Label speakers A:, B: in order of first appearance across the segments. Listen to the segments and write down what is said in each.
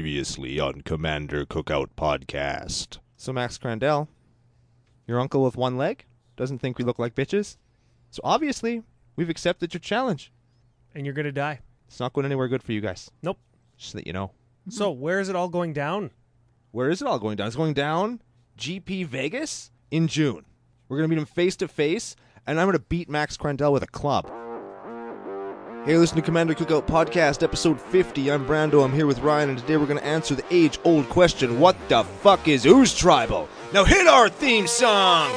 A: Previously on Commander Cookout Podcast.
B: So Max Crandell, your uncle with one leg, doesn't think we look like bitches. So obviously, we've accepted your challenge.
C: and you're gonna die.
B: It's not going anywhere good for you guys.
C: Nope.
B: Just so that you know.
C: So where is it all going down?
B: Where is it all going down? It's going down GP Vegas in June. We're going to meet him face to face, and I'm going to beat Max Crandell with a club. Hey, listen to Commander Cookout Podcast, episode 50. I'm Brando. I'm here with Ryan, and today we're going to answer the age old question What the fuck is Ooze Tribal? Now hit our theme song!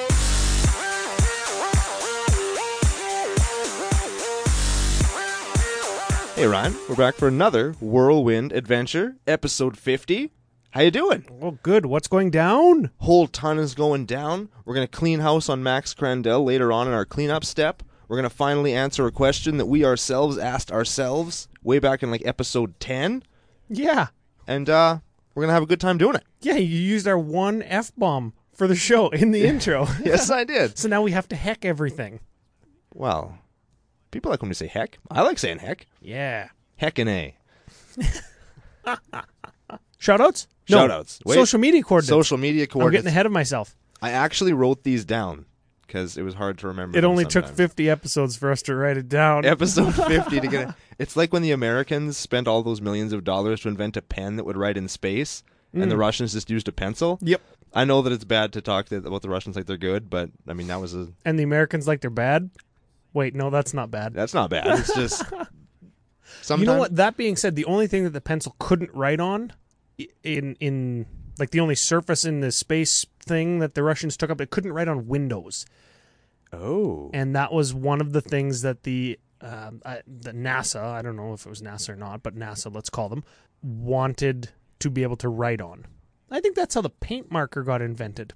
B: Hey Ryan, we're back for another whirlwind adventure, episode 50. How you doing?
C: Well, good. What's going down?
B: whole ton is going down. We're going to clean house on Max Crandell later on in our cleanup step. We're going to finally answer a question that we ourselves asked ourselves way back in like episode 10.
C: Yeah,
B: And uh, we're going to have a good time doing it.
C: yeah. You used our one f bomb for the show in the intro,
B: Yes, I did.
C: so now we have to heck everything.
B: Well, people like when we say heck. I like saying heck.
C: Yeah.
B: Heck and A.
C: Shoutouts.
B: Shoutouts. Wait.
C: Social media coordinates.
B: Social media
C: I'm getting
B: coordinates.
C: ahead of myself.
B: I actually wrote these down because it was hard to remember.
C: It
B: them
C: only took
B: sometimes.
C: 50 episodes for us to write it down.
B: episode 50 to get it. It's like when the Americans spent all those millions of dollars to invent a pen that would write in space, and the Russians just used a pencil.
C: Mm. Yep.
B: I know that it's bad to talk that, about the Russians like they're good, but I mean that was a
C: And the Americans like they're bad. Wait, no, that's not bad.
B: that's not bad. It's just sometimes
C: You know what? That being said, the only thing that the pencil couldn't write on, i- in in like the only surface in the space thing that the Russians took up, it couldn't write on windows,
B: Oh,
C: and that was one of the things that the um, I, the NASA, I don't know if it was NASA or not, but NASA, let's call them, wanted to be able to write on. I think that's how the paint marker got invented.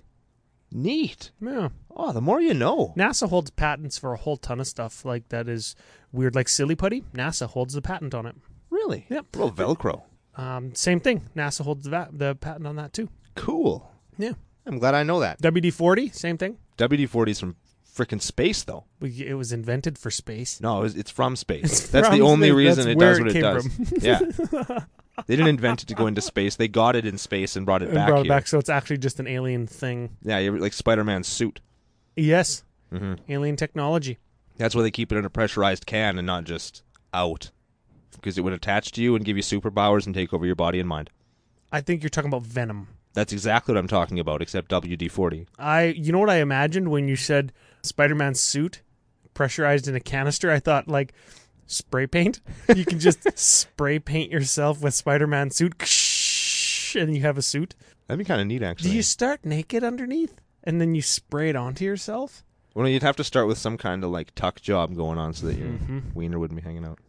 B: neat.
C: Yeah.
B: Oh, the more you know.
C: NASA holds patents for a whole ton of stuff like that is weird, like silly putty. NASA holds the patent on it.
B: Really?
C: Yep.
B: Little Velcro.
C: Um, same thing. NASA holds the, va- the patent on that too.
B: Cool.
C: Yeah.
B: I'm glad I know that.
C: WD 40, same thing.
B: WD-40 is from freaking space, though.
C: We, it was invented for space.
B: No, it's, it's from space.
C: It's
B: That's the
C: from
B: only
C: space.
B: reason
C: That's
B: it
C: where
B: does
C: it
B: what it
C: came
B: does. yeah. They didn't invent it to go into space. They got it in space and brought it
C: And
B: back
C: brought it
B: here.
C: back, so it's actually just an alien thing.
B: Yeah, you ever- like Spider-Man's suit.
C: Yes.
B: Mm-hmm.
C: Alien technology.
B: That's why they keep it in a pressurized can and not just out. Because it would attach to you and give you superpowers and take over your body and mind.
C: I think you're talking about Venom.
B: That's exactly what I'm talking about, except WD-40.
C: I, you know what I imagined when you said Spider-Man's suit pressurized in a canister? I thought like spray paint. You can just spray paint yourself with Spider-Man's suit, and you have a suit.
B: That'd be kind of neat,
C: Do
B: actually.
C: you start naked underneath and then you spray it onto yourself?
B: Well, you'd have to start with some kind of like tuck job going on so that your
C: Mm-hmm.
B: wiener wouldn't be hanging out.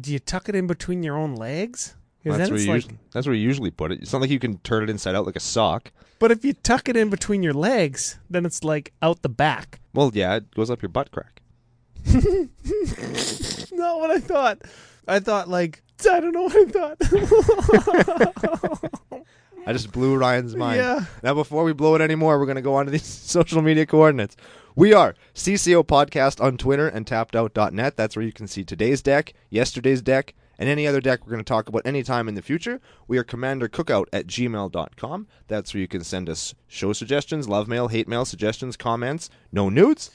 C: Do you tuck it in between your own legs? 'Cause
B: That's
C: then
B: where,
C: it's
B: you
C: like
B: usually, that's where you usually put it. It's not like you can turn it inside out like a sock.
C: But if you tuck it in between your legs, then it's like out the back.
B: Well, yeah, it goes up your butt crack.
C: Not what I thought. I thought like I don't know what I thought.
B: I just blew Ryan's mind.
C: Yeah.
B: Now, before we blow it anymore, we're going to go on to these social media coordinates. We are CCO Podcast on Twitter and tappedout.net. That's where you can see today's deck, yesterday's deck, and any other deck we're going to talk about anytime in the future. We are commandercookout at gmail.com. That's where you can send us show suggestions, love mail, hate mail, suggestions, comments, no nudes.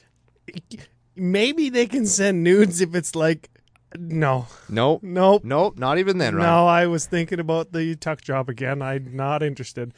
C: Maybe they can send nudes if it's like no.
B: No,
C: Nope.
B: no, not even then, Ryan.
C: No, I was thinking about the tuck job again. I'm not interested.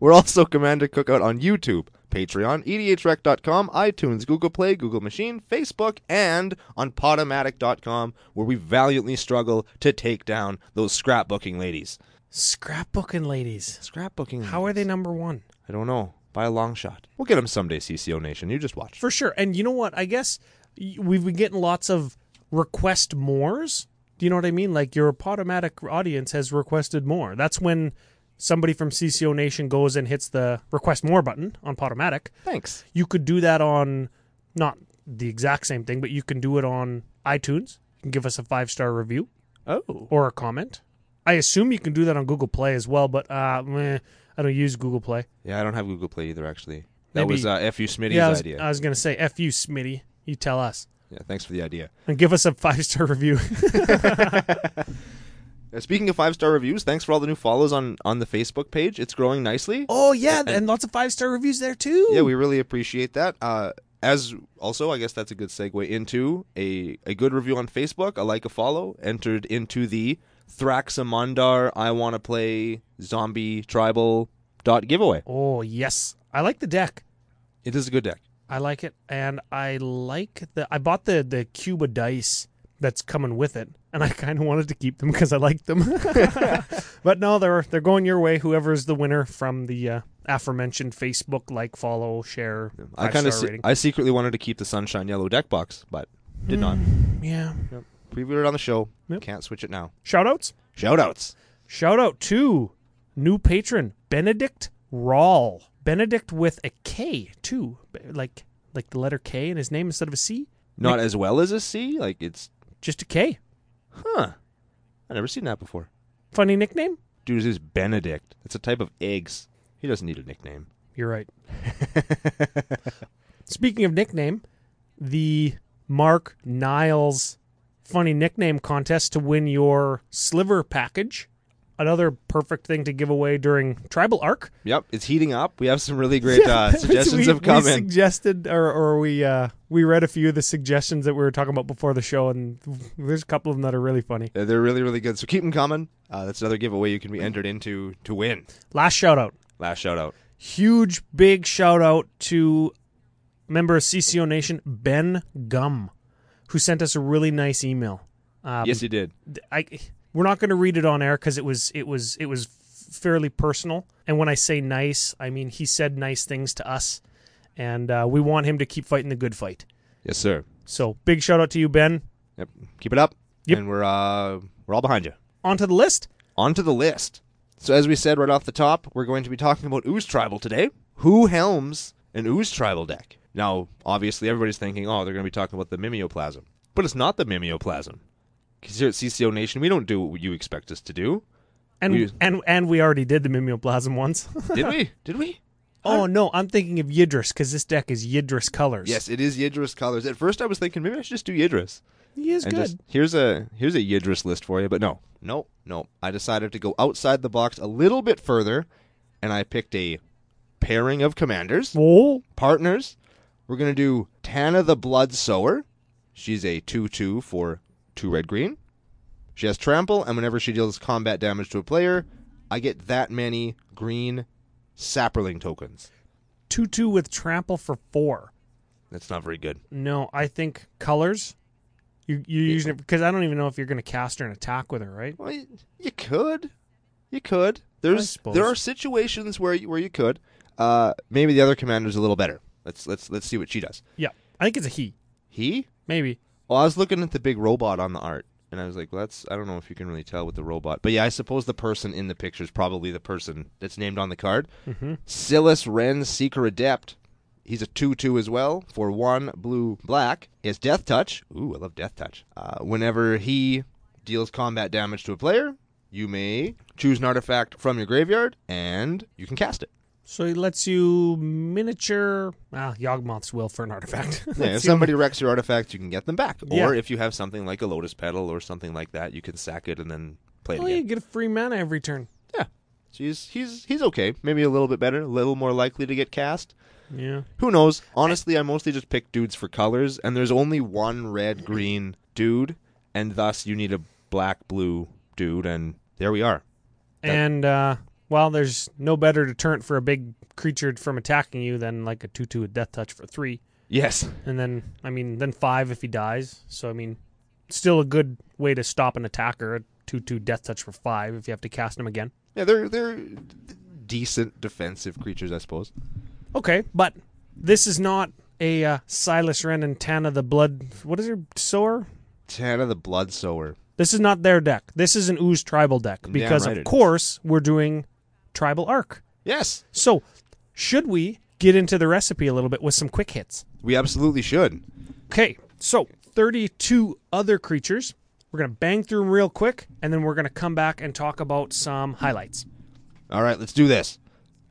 B: We're also Commander Cookout on YouTube, Patreon, E edhrec.com, iTunes, Google Play, Google Machine, Facebook, and on Podomatic.com, where we valiantly struggle to take down those scrapbooking ladies.
C: Scrapbooking ladies.
B: Scrapbooking?
C: How are they number one?
B: I don't know. By a long shot. We'll get them someday, CCO Nation. You just watch.
C: For sure. And you know what? I guess y- we've been getting lots of request mores. Do you know what I mean? Like your automatic audience has requested more. That's when somebody from CCO Nation goes and hits the request more button on Podomatic.
B: Thanks.
C: You could do that on not the exact same thing, but you can do it on iTunes. You can give us a five star review
B: Oh.
C: or a comment. I assume you can do that on Google Play as well, but uh, meh, I don't use Google Play.
B: Yeah, I don't have Google Play either, actually. That
C: Maybe-
B: was uh, F.U. Smitty's
C: yeah, I was, uh,
B: idea.
C: I was gonna say, "F you, Smitty." You tell us.
B: yeah, thanks for the idea.
C: and give us a five star review.
B: Uh, Speaking of five star reviews, thanks for all the new follows on on the Facebook page. It's growing nicely.
C: Oh yeah, and lots of five star reviews there too.
B: Yeah, we really appreciate that. Uh, as also, I guess that's a good segue into a, a good review on Facebook, a like, a follow, entered into the Thraxamandar I want to play zombie tribal dot giveaway.
C: oh yes, I like the deck.
B: It is a good deck.
C: I like it, and I like the. I bought the the Cuba dice that's coming with it, and I kind of wanted to keep them because I liked them. but no, they're they're going your way. Whoever's the winner from the uh, aforementioned Facebook like, follow, share,
B: I
C: kind of
B: se-
C: rating.
B: I secretly wanted to keep the sunshine yellow deck box, but did not.
C: yeah.
B: Previewed it on the show.
C: Mm. Yep.
B: Can't switch it now.
C: Shout outs.
B: Shout outs.
C: Shout out to new patron Benedict Rawl. Benedict with a K too, like like the letter K in his name instead of a C,
B: Not as well as a C. Like it's
C: just a K.
B: huh. I never seen that before.
C: Funny nickname.
B: Dude's is Benedict. It's a type of eggs. He doesn't need a nickname.
C: You're right. Speaking of nickname, the Mark Niles funny nickname contest to win your sliver package. Another perfect thing to give away during Tribal Arc.
B: Yep, it's heating up. We have some really great uh, suggestions
C: we,
B: have come
C: we
B: in.
C: suggested or, or we uh, we read a few of the suggestions that we were talking about before the show, and there's a couple of them that are really funny.
B: They're- They're really, really good. So keep them coming. Uh, that's another giveaway you can be entered into to win.
C: Last shout out,
B: Last shout out.
C: huge big shout out to member of CCO Nation Ben Gum, who sent us a really nice email. Um,
B: Yes, he did.
C: I we're not going to read it on air because it was it was it was fairly personal. And when I say nice, I mean he said nice things to us, and uh, we want him to keep fighting the good fight.
B: Yes, sir.
C: So big shout out to you, Ben.
B: Yep. Keep it up.
C: Yep.
B: And we're uh, we're all behind you.
C: Onto the list.
B: Onto the list. So as we said right off the top, we're going to be talking about Ooze Tribal today. Who helms an Ooze Tribal deck? Now, obviously, everybody's thinking, oh, they're going to be talking about the Mimeoplasm, but it's not the Mimeoplasm. Because here at CCO Nation, we don't do what you expect us to do,
C: And
B: We-
C: and and we already did the mimeoplasm once.
B: did we? Did we?
C: oh no, I'm thinking of Yidris because this deck is Yidris colors.
B: Yes, it is Yidris colors. At first, I was thinking maybe I should just do Yidris.
C: he is
B: and
C: good.
B: just here's a here's a Yidris list for you. But no, no, no. I decided to go outside the box a little bit further, and I picked a pairing of commanders
C: oh,
B: partners. We're gonna do Tana the Blood Sower. She's a two-two for two red green. She has trample, and whenever she deals combat damage to a player, I get that many green sapperling tokens.
C: two two with trample for four.
B: That's not very good.
C: No, I think colors. You you using it because I don't even know if you're going to cast her an attack with her, right?
B: Well, y- you could, you could. There's
C: suppose.
B: there are situations where you, where you could. Uh, maybe the other commander's a little better. Let's let's let's see what she does.
C: Yeah, I think it's a he.
B: He?
C: Maybe
B: Well, I was looking at the big robot on the art, and I was like, well, that's I don't know if you can really tell with the robot, but yeah, I suppose the person in the picture is probably the person that's named on the card. Mm-hmm. Silas Wren, Seeker Adept. He's a 2 2 as well for one blue black. He has Death Touch. Ooh, I love Death Touch. Uh, whenever he deals combat damage to a player, you may choose an artifact from your graveyard and you can cast it.
C: so. He lets you miniature ah Yawgmoth's will for an artifact.
B: Yeah, if
C: That's
B: somebody wrecks your artifact, you can get them back.
C: Yeah.
B: Or if you have something like a Lotus Petal or something like that, you can sack it and then play it
C: Oh,
B: again.
C: you get a free mana every turn.
B: Yeah. So he's he's he's okay. Maybe a little bit better, a little more likely to get cast.
C: Yeah.
B: Who knows? Honestly, I mostly just pick dudes for colors, and there's only one red green dude, and thus you need a black blue dude, and there we are.
C: And uh, well, there's no better deterrent for a big creature from attacking you than like a two-two with death touch for three,
B: Yes.
C: and then I mean then five if he dies. So I mean, still a good way to stop an attacker. A two-two death touch for five if you have to cast him again.
B: Yeah, they're they're decent defensive creatures, I suppose.
C: Okay, but this is not a uh, Silas Wren and Tana the Blood. What is her sower?
B: Tana the Blood Sower.
C: This is not their deck. This is an Ooze tribal deck because,
B: right it
C: of
B: is.
C: course, we're doing tribal arc.
B: Yes.
C: So, should we get into the recipe a little bit with some quick hits?
B: We absolutely should.
C: Okay, so 32 other creatures. We're going to bang through them real quick, and then we're going to come back and talk about some highlights.
B: All right, let's do this.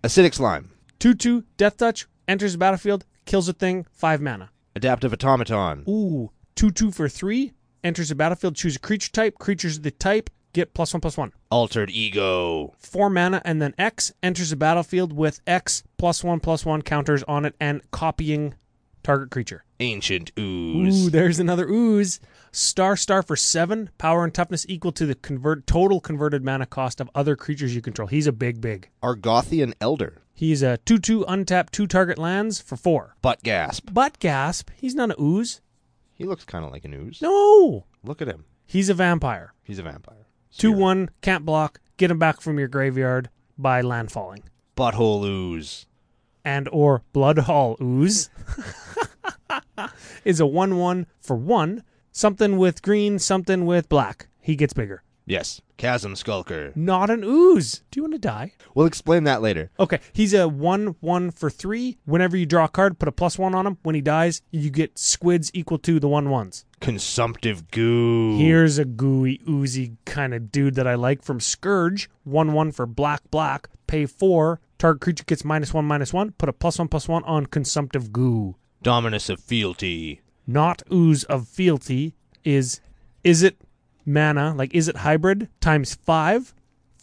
B: Acidic slime.
C: 2 2, Death Touch, enters the battlefield, kills a thing, 5 mana.
B: Adaptive automaton.
C: Ooh, 2 2 for 3, enters the battlefield, choose a creature type. Creatures of the type get plus one plus one.
A: Altered Ego.
C: Four mana and then X enters the battlefield with X plus one plus one counters on it and copying target creature.
A: Ancient
C: Ooh,
A: Ooze.
C: there's another ooze. Star star for seven, power and toughness equal to the convert total converted mana cost of other creatures you control. He's a big big.
B: Argothian Elder.
C: He's a two two untapped two target lands for four.
B: Butt gasp.
C: But gasp, he's not an ooze.
B: He looks kind of like an ooze.
C: No.
B: Look at him.
C: He's a vampire.
B: He's a vampire.
C: Two one, can't block, get him back from your graveyard by landfalling.
A: Butthole Ooze.
C: and or blood hall ooze is a 1-1 for 1 something with green something with black he gets bigger
A: Yes. Chasm Skulker.
C: not an ooze do you want to die
B: We'll explain that later.
C: okay he's a 1-1 for 3 whenever you draw a card put a plus 1 on him when he dies you get squids equal to the 1 ones
A: Consumptive Goo.
C: here's a gooey oozy kind of dude that i like from scourge 1-1 for black black pay 4 target creature gets minus 1 minus 1 put a plus 1 plus 1 on consumptive goo
A: Dominus of Fealty.
C: not ooze of fealty is is it mana like is it hybrid times five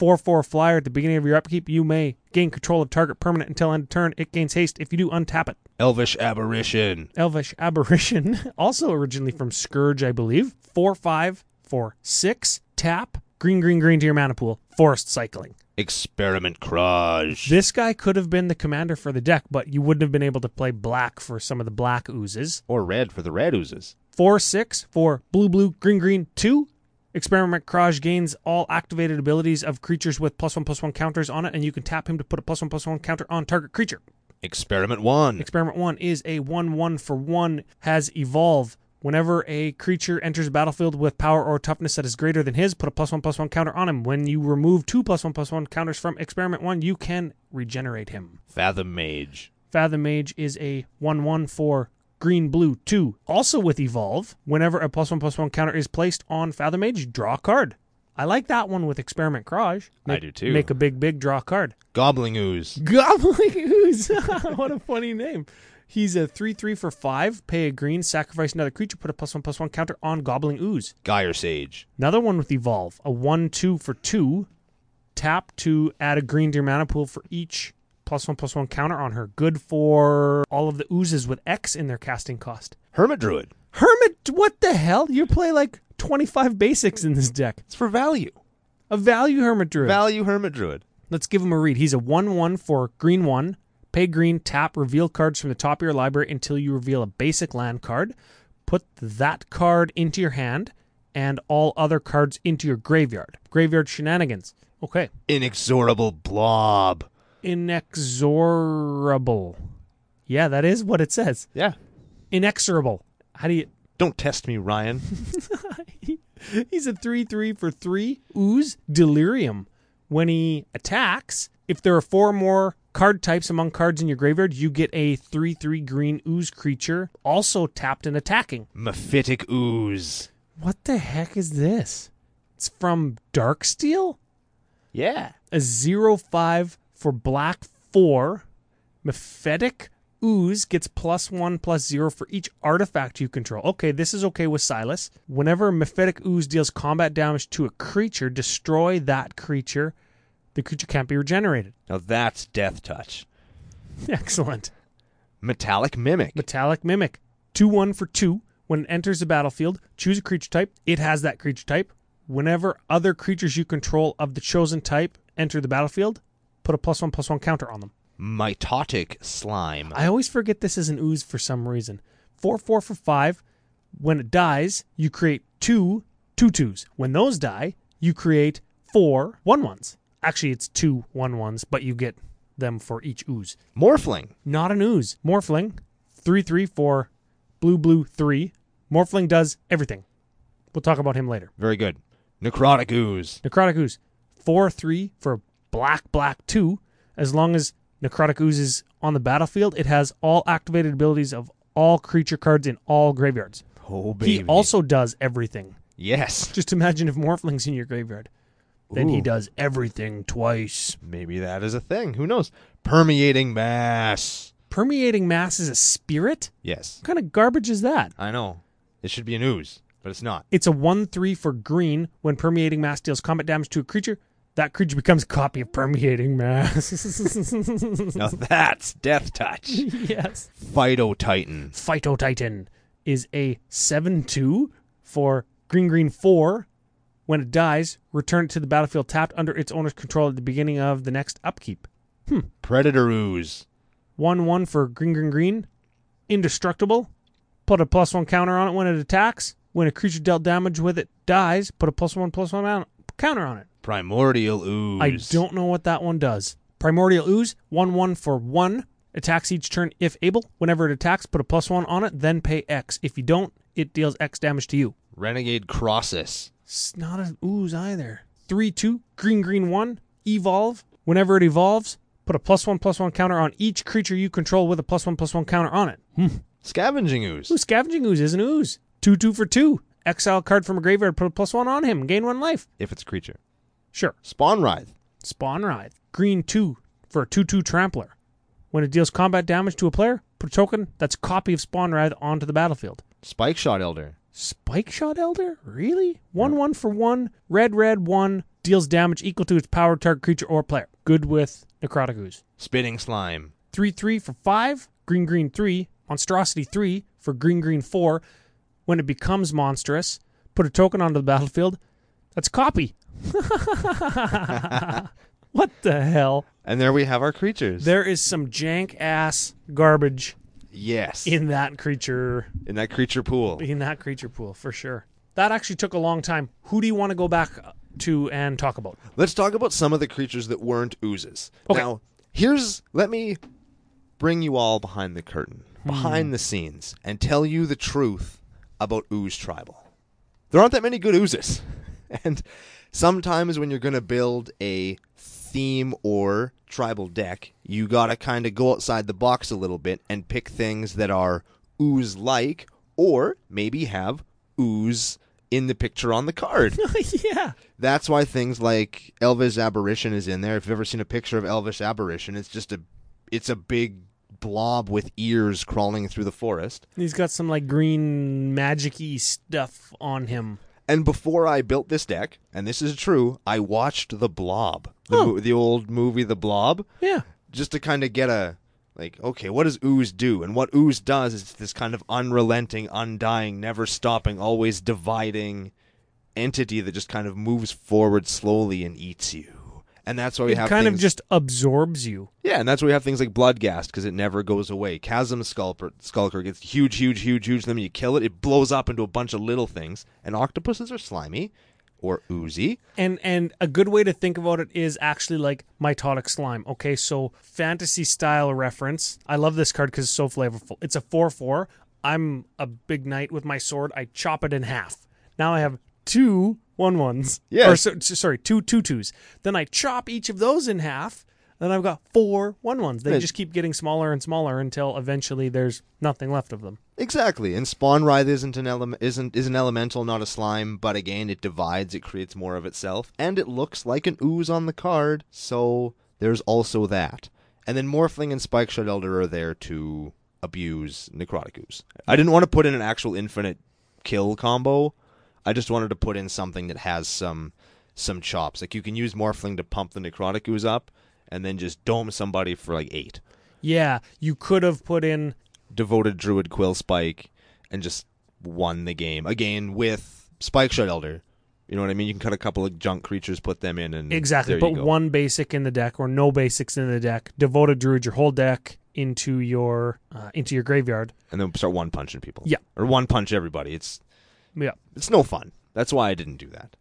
C: four four flyer at the beginning of your upkeep you may gain control of target permanent until end of turn it gains haste if you do untap it
A: Elvish Aberration.
C: elvish aberration also originally from scourge i believe four five four six tap green green green to your mana pool forest cycling
A: Experiment Craj.
C: this guy could have been the commander for the deck but you wouldn't have been able to play black for some of the black oozes
B: Or red for the red oozes.
C: four six for blue blue green green two. Experiment Kraj gains all activated abilities of creatures with plus one plus one counters on it, and you can tap him to put a plus one plus one counter on target creature.
A: Experiment 1.
C: Experiment one is a one one for one has evolve. Whenever a creature enters the battlefield with power or toughness that is greater than his, put a plus one plus one counter on him. When you remove two plus one plus one counters from experiment one, you can regenerate him.
A: Fathom Mage.
C: Fathom Mage is a 1 1 for green blue 2. Also with Evolve, whenever a plus 1 plus 1 counter is placed on Fathom Mage, draw a card. I like that one with Experiment Crage.
B: I
C: Make,
B: do too.
C: Make a big, big draw a card.
A: Gobbling Ooze.
C: Gobbling Ooze. what a funny name. He's a 3 3 for 5. Pay a green, sacrifice another creature, put a plus 1 plus 1 counter on Gobbling Ooze.
A: Gyre Sage.
C: Another one with Evolve, a 1 2 for 2. Tap to add a green to your mana pool for each plus 1 plus 1 counter on her. Good for all of the oozes with X in their casting cost.
A: Hermit Druid.
C: Hermit, what the hell? You play like 25 basics in this deck.
B: It's for value.
C: A value Hermit Druid.
B: Value Hermit Druid.
C: Let's give him a read. He's a 1 1 for green 1. Pay green, tap, reveal cards from the top of your library until you reveal a basic land card. Put that card into your hand and all other cards into your graveyard. Graveyard shenanigans. Okay.
A: Inexorable Blob.
C: Inexorable. Yeah, that is what it says.
B: Yeah.
C: Inexorable. How do you.
B: Don't test me, Ryan.
C: He's a 3 3 for 3 ooze delirium. When he attacks, if there are four more card types among cards in your graveyard, you get a 3 3 green ooze creature also tapped and attacking.
A: Mephitic Ooze.
C: What the heck is this? It's from Darksteel?
B: yeah.
C: A 0 5 for black 4. Mephitic ooze gets plus 1 plus 0 for each artifact you control. Okay, this is okay with Silas. Whenever Mephitic ooze deals combat damage to a creature, destroy that creature. The creature can't be regenerated.
B: Now that's Death Touch.
C: Excellent.
B: Metallic Mimic.
C: Metallic Mimic. 2 1 for 2. When it enters the battlefield, choose a creature type. It has that creature type. Whenever other creatures you control of the chosen type enter the battlefield, put a plus 1 plus 1 counter on them.
A: Mitotic Slime.
C: I always forget this is an ooze for some reason. Four, four for five. When it dies, you create two two twos. When those die, you create four one ones. Actually, it's two one ones, but you get them for each ooze.
B: Morphling.
C: Not an ooze. Morphling, three, three, four, blue, blue, three. Morphling does everything. We'll talk about him later.
A: Very good. Necrotic Ooze.
C: Necrotic ooze, four, three for black, black, two. As long as Necrotic Ooze is on the battlefield, it has all activated abilities of all creature cards in all graveyards.
A: Oh, baby.
C: He also does everything.
B: Yes.
C: Just imagine if Morphling's in your graveyard. Then
B: Ooh.
C: he does everything twice.
B: Maybe that is a thing. Who knows?
A: Permeating Mass.
C: Permeating Mass is a spirit?
B: Yes.
C: What kind of garbage is that?
B: I know. It should be an ooze. but it's not.
C: It's a 1 3 for green. When permeating mass deals combat damage to a creature, that creature becomes a copy of permeating mass.
B: Now that's Death Touch.
C: yes.
B: Phyto Titan.
C: Phyto Titan is a 7 2 for green green 4. When it dies, return it to the battlefield tapped under its owner's control at the beginning of the next upkeep.
B: Predator Ooze.
C: 1 1 for green green green. Indestructible. Put a plus 1 counter on it when it attacks. When a creature dealt damage with it dies, put a plus 1 plus 1 on- counter on it.
B: Primordial Ooze.
C: I don't know what that one does. Primordial Ooze, 1 1 for 1. Attacks each turn if able. Whenever it attacks, put a plus 1 on it, then pay X. If you don't, it deals X damage to you.
B: Renegade Crossus.
C: It's not an ooze either. 3 2, green green 1, evolve. Whenever it evolves, put a plus 1 plus 1 counter on each creature you control with a plus 1 plus 1 counter on it.
B: Scavenging Ooze.
C: Ooh, Scavenging Ooze is an ooze. 2 2 for 2. Exile a card from a graveyard, put a plus 1 on him, gain 1 life.
B: If it's a creature.
C: Sure.
B: Spawn Writhe.
C: Spawn Writhe. Green 2 for a 2 2 Trampler. When it deals combat damage to a player, put a token that's a copy of Spawn Writhe onto the battlefield.
B: Spike Shot Elder.
C: Spike Shot Elder? Really? 1 1 for 1, red red 1, deals damage equal to its power to target creature or player. Good with Necrotic Ooze.
B: Spitting Slime.
C: 3 3 for 5, green green 3, monstrosity 3 for green green 4. When it becomes monstrous, put a token onto the battlefield. That's copy. what the hell?
B: And there we have our creatures.
C: There is some jank ass garbage
B: yes.
C: in that creature
B: in that creature pool.
C: in that creature pool for sure. That actually took a long time. Who do you want to go back to and talk about?
B: Let's talk about some of the creatures that weren't oozes.
C: Okay.
B: Now, here's let me bring you all behind the curtain, behind the scenes, and tell you the truth about ooze tribal. There aren't that many good oozes. And sometimes when you're going to build a theme or tribal deck, you got to kind of go outside the box a little bit and pick things that are ooze like or maybe have ooze in the picture on the card.
C: yeah.
B: That's why things like Elvis Aberration is in there. If you've ever seen a picture of Elvis Aberration, it's just a it's a big blob with ears crawling through the forest.
C: He's got some like green magic y stuff on him.
B: And before I built this deck, and this is true, I watched The Blob, the,
C: Huh.
B: mo- the old movie The Blob,
C: Yeah.
B: just to kind of get a like, okay, what does ooze do? And what ooze does is this kind of unrelenting, undying, never stopping, always dividing entity that just kind of moves forward slowly and eats you. And that's why we
C: It
B: have
C: kind of
B: things-
C: just absorbs you.
B: Yeah, and that's why we have things like Bloodgast because it never goes away. Chasm Sculper, Skulker gets huge, huge, huge, huge. Then when you kill it, it blows up into a bunch of little things. And octopuses are slimy or oozy.
C: And and a good way to think about it is actually like mitotic slime. Okay, so fantasy style reference. I love this card because it's so flavorful. It's a four four. I'm a big knight with my sword. I chop it in half. Now I have two one ones.
B: Yes.
C: Or so, so- sorry, two two twos. Then I chop each of those in half. Then I've got four one ones. They
B: Right.
C: just keep getting smaller and smaller until eventually there's nothing left of them.
B: Exactly. And Spawn Writhe isn't an ele- isn't is an elemental, not a slime. But again, it divides. It creates more of itself, and it looks like an ooze on the card. So there's also that. And then Morphling and Spike Shot Elder are there to abuse Necrotic Ooze. I didn't want to put in an actual infinite kill combo. I just wanted to put in something that has some some chops. Like you can use Morphling to pump the Necrotic Ooze up, and then just dome somebody for like eight
C: Yeah, you could have put in
B: devoted druid quill spike and just won the game again with spike shot elder you know what i mean you can cut a couple of junk creatures put them in and
C: Exactly,
B: there you
C: but
B: go.
C: one basic in the deck or no basics in the deck. Devoted Druid your whole deck into your uh, into your graveyard.
B: and then start one punching people
C: Yeah.
B: or one punch everybody it's
C: Yeah.
B: it's no fun that's why i didn't do that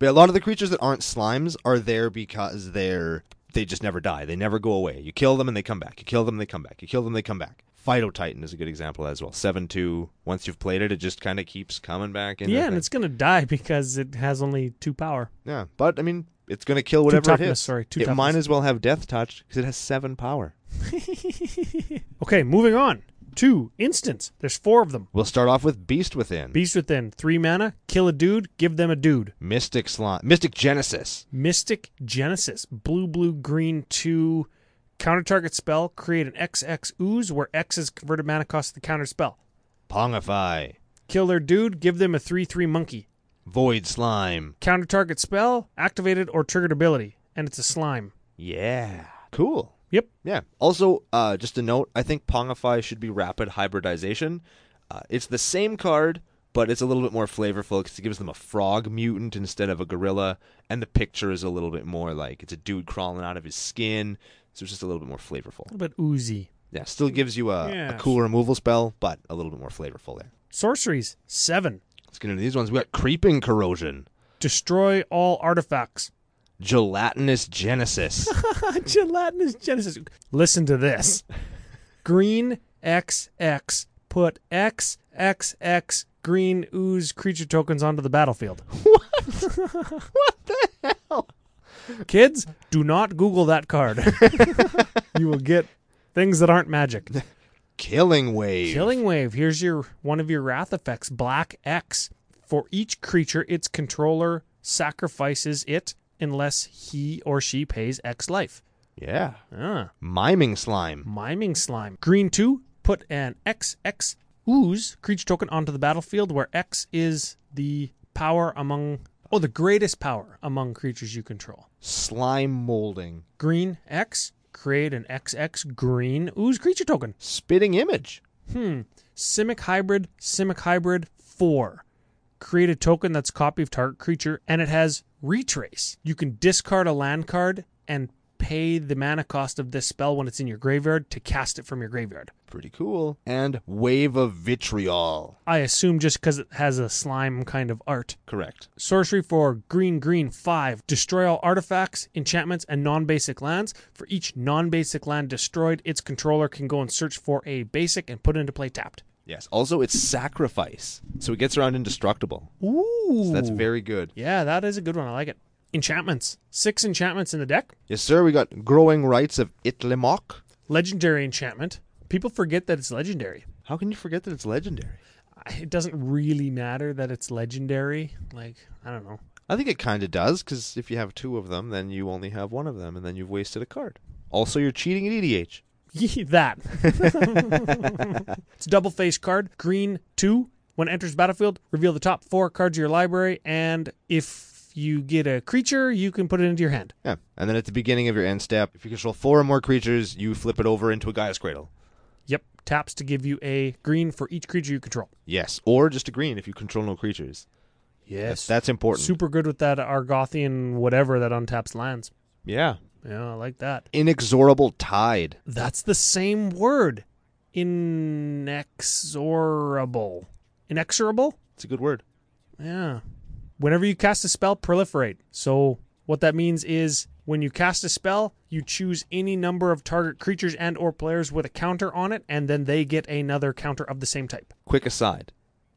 B: but a lot of the creatures that aren't slimes are there because they're they just never die they never go away you kill them and they come back you kill them they come back you kill them they come back Phyto Titan is a good example as well. 7 2. Once you've played it, it just kind of keeps coming back. In
C: yeah, and it's going to die because it has only two power.
B: Yeah, but I mean, it's going to kill whatever it
C: toughness,
B: hits.
C: sorry, two
B: it might
C: toughness.
B: as well have death touch because it has seven power.
C: Okay, moving on. Two instants. There's four of them.
B: We'll start off with Beast Within,
C: Beast Within, three mana, kill a dude, give them a dude.
B: Mystic Slime, Mystic Genesis.
C: Mystic Genesis, blue, blue, green, two. Counter target spell, create an XX ooze where X is converted mana cost of the counter spell.
B: Pongify,
C: Kill their dude, give them a 3 3 monkey.
B: Void slime.
C: Counter target spell, activated or triggered ability. And it's a slime.
B: Yeah. Cool.
C: Yep.
B: Yeah. Also, uh, just a note, I think Pongify should be rapid hybridization. Uh, it's the same card, but it's a little bit more flavorful because it gives them a frog mutant instead of a gorilla, and the picture is a little bit more like it's a dude crawling out of his skin, so it's just a little bit more flavorful.
C: A little bit oozy.
B: Yeah, still gives you a, a
C: Yeah.
B: cool removal spell, but a little bit more flavorful there.
C: Sorceries, 7.
B: Let's get into these ones. We got Creeping Corrosion,
C: Destroy all artifacts.
B: Gelatinous Genesis,
C: Gelatinous Genesis. Listen to this. Green XX. Put XXX green ooze creature tokens onto the battlefield. What? what the hell? Kids, do not Google that card. you will get things that aren't magic.
B: Killing Wave,
C: Killing Wave. Here's your one of your wrath effects, Black X. For each creature, its controller sacrifices it unless he or she pays X life.
B: yeah,
C: Ah.
B: Miming Slime,
C: Miming Slime. Green 2, put an XX ooze creature token onto the battlefield where X is the power among, oh, the greatest power among creatures you control.
B: Slime Molding,
C: Green X, create an XX green ooze creature token.
B: Spitting Image,
C: Hmm. Simic Hybrid, Simic Hybrid 4. Create a token that's copy of target creature and it has retrace. You can discard a land card and pay the mana cost of this spell when it's in your graveyard to cast it from your graveyard.
B: pretty cool, and Wave of Vitriol.
C: I assume just because it has a slime kind of art.
B: Correct.
C: Sorcery for green, green, five. Destroy all artifacts, enchantments, and non basic lands. For each non basic land destroyed, its controller can go and search for a basic and put it into play tapped.
B: Yes. Also, it's Sacrifice, so it gets around indestructible.
C: Ooh.
B: That's very good.
C: yeah, that is a good one. I like it. Enchantments. Six enchantments in the deck.
B: Yes, sir. We got Growing Rights of Itlimok.
C: Legendary enchantment. People forget that it's legendary.
B: How can you forget that it's legendary?
C: I- It doesn't really matter that it's legendary. Like, I don't know.
B: I think it kind of does, because if you have two of them, then you only have one of them, and then you've wasted a card. Also, you're cheating E at EDH.
C: Yee, that. it's a double face card. Green two. When it enters battlefield, reveal the top four cards of your library, and if you get a creature, you can put it into your hand.
B: Yeah. And then at the beginning of your end step, if you control four or more creatures, you flip it over into a Gaia's Cradle.
C: Yep. Taps to give you a green for each creature you control.
B: Yes. Or just a green if you control no creatures.
C: Yes.
B: That's important.
C: Super good with that Argothian whatever that untaps lands.
B: yeah.
C: Yeah, I like that.
B: Inexorable Tide.
C: That's the same word. Inexorable. Inexorable?
B: It's a good word.
C: Yeah. Whenever you cast a spell, proliferate. So what that means is when you cast a spell, you choose any number of target creatures and or players with a counter on it, and then they get another counter of the same type.
B: Quick aside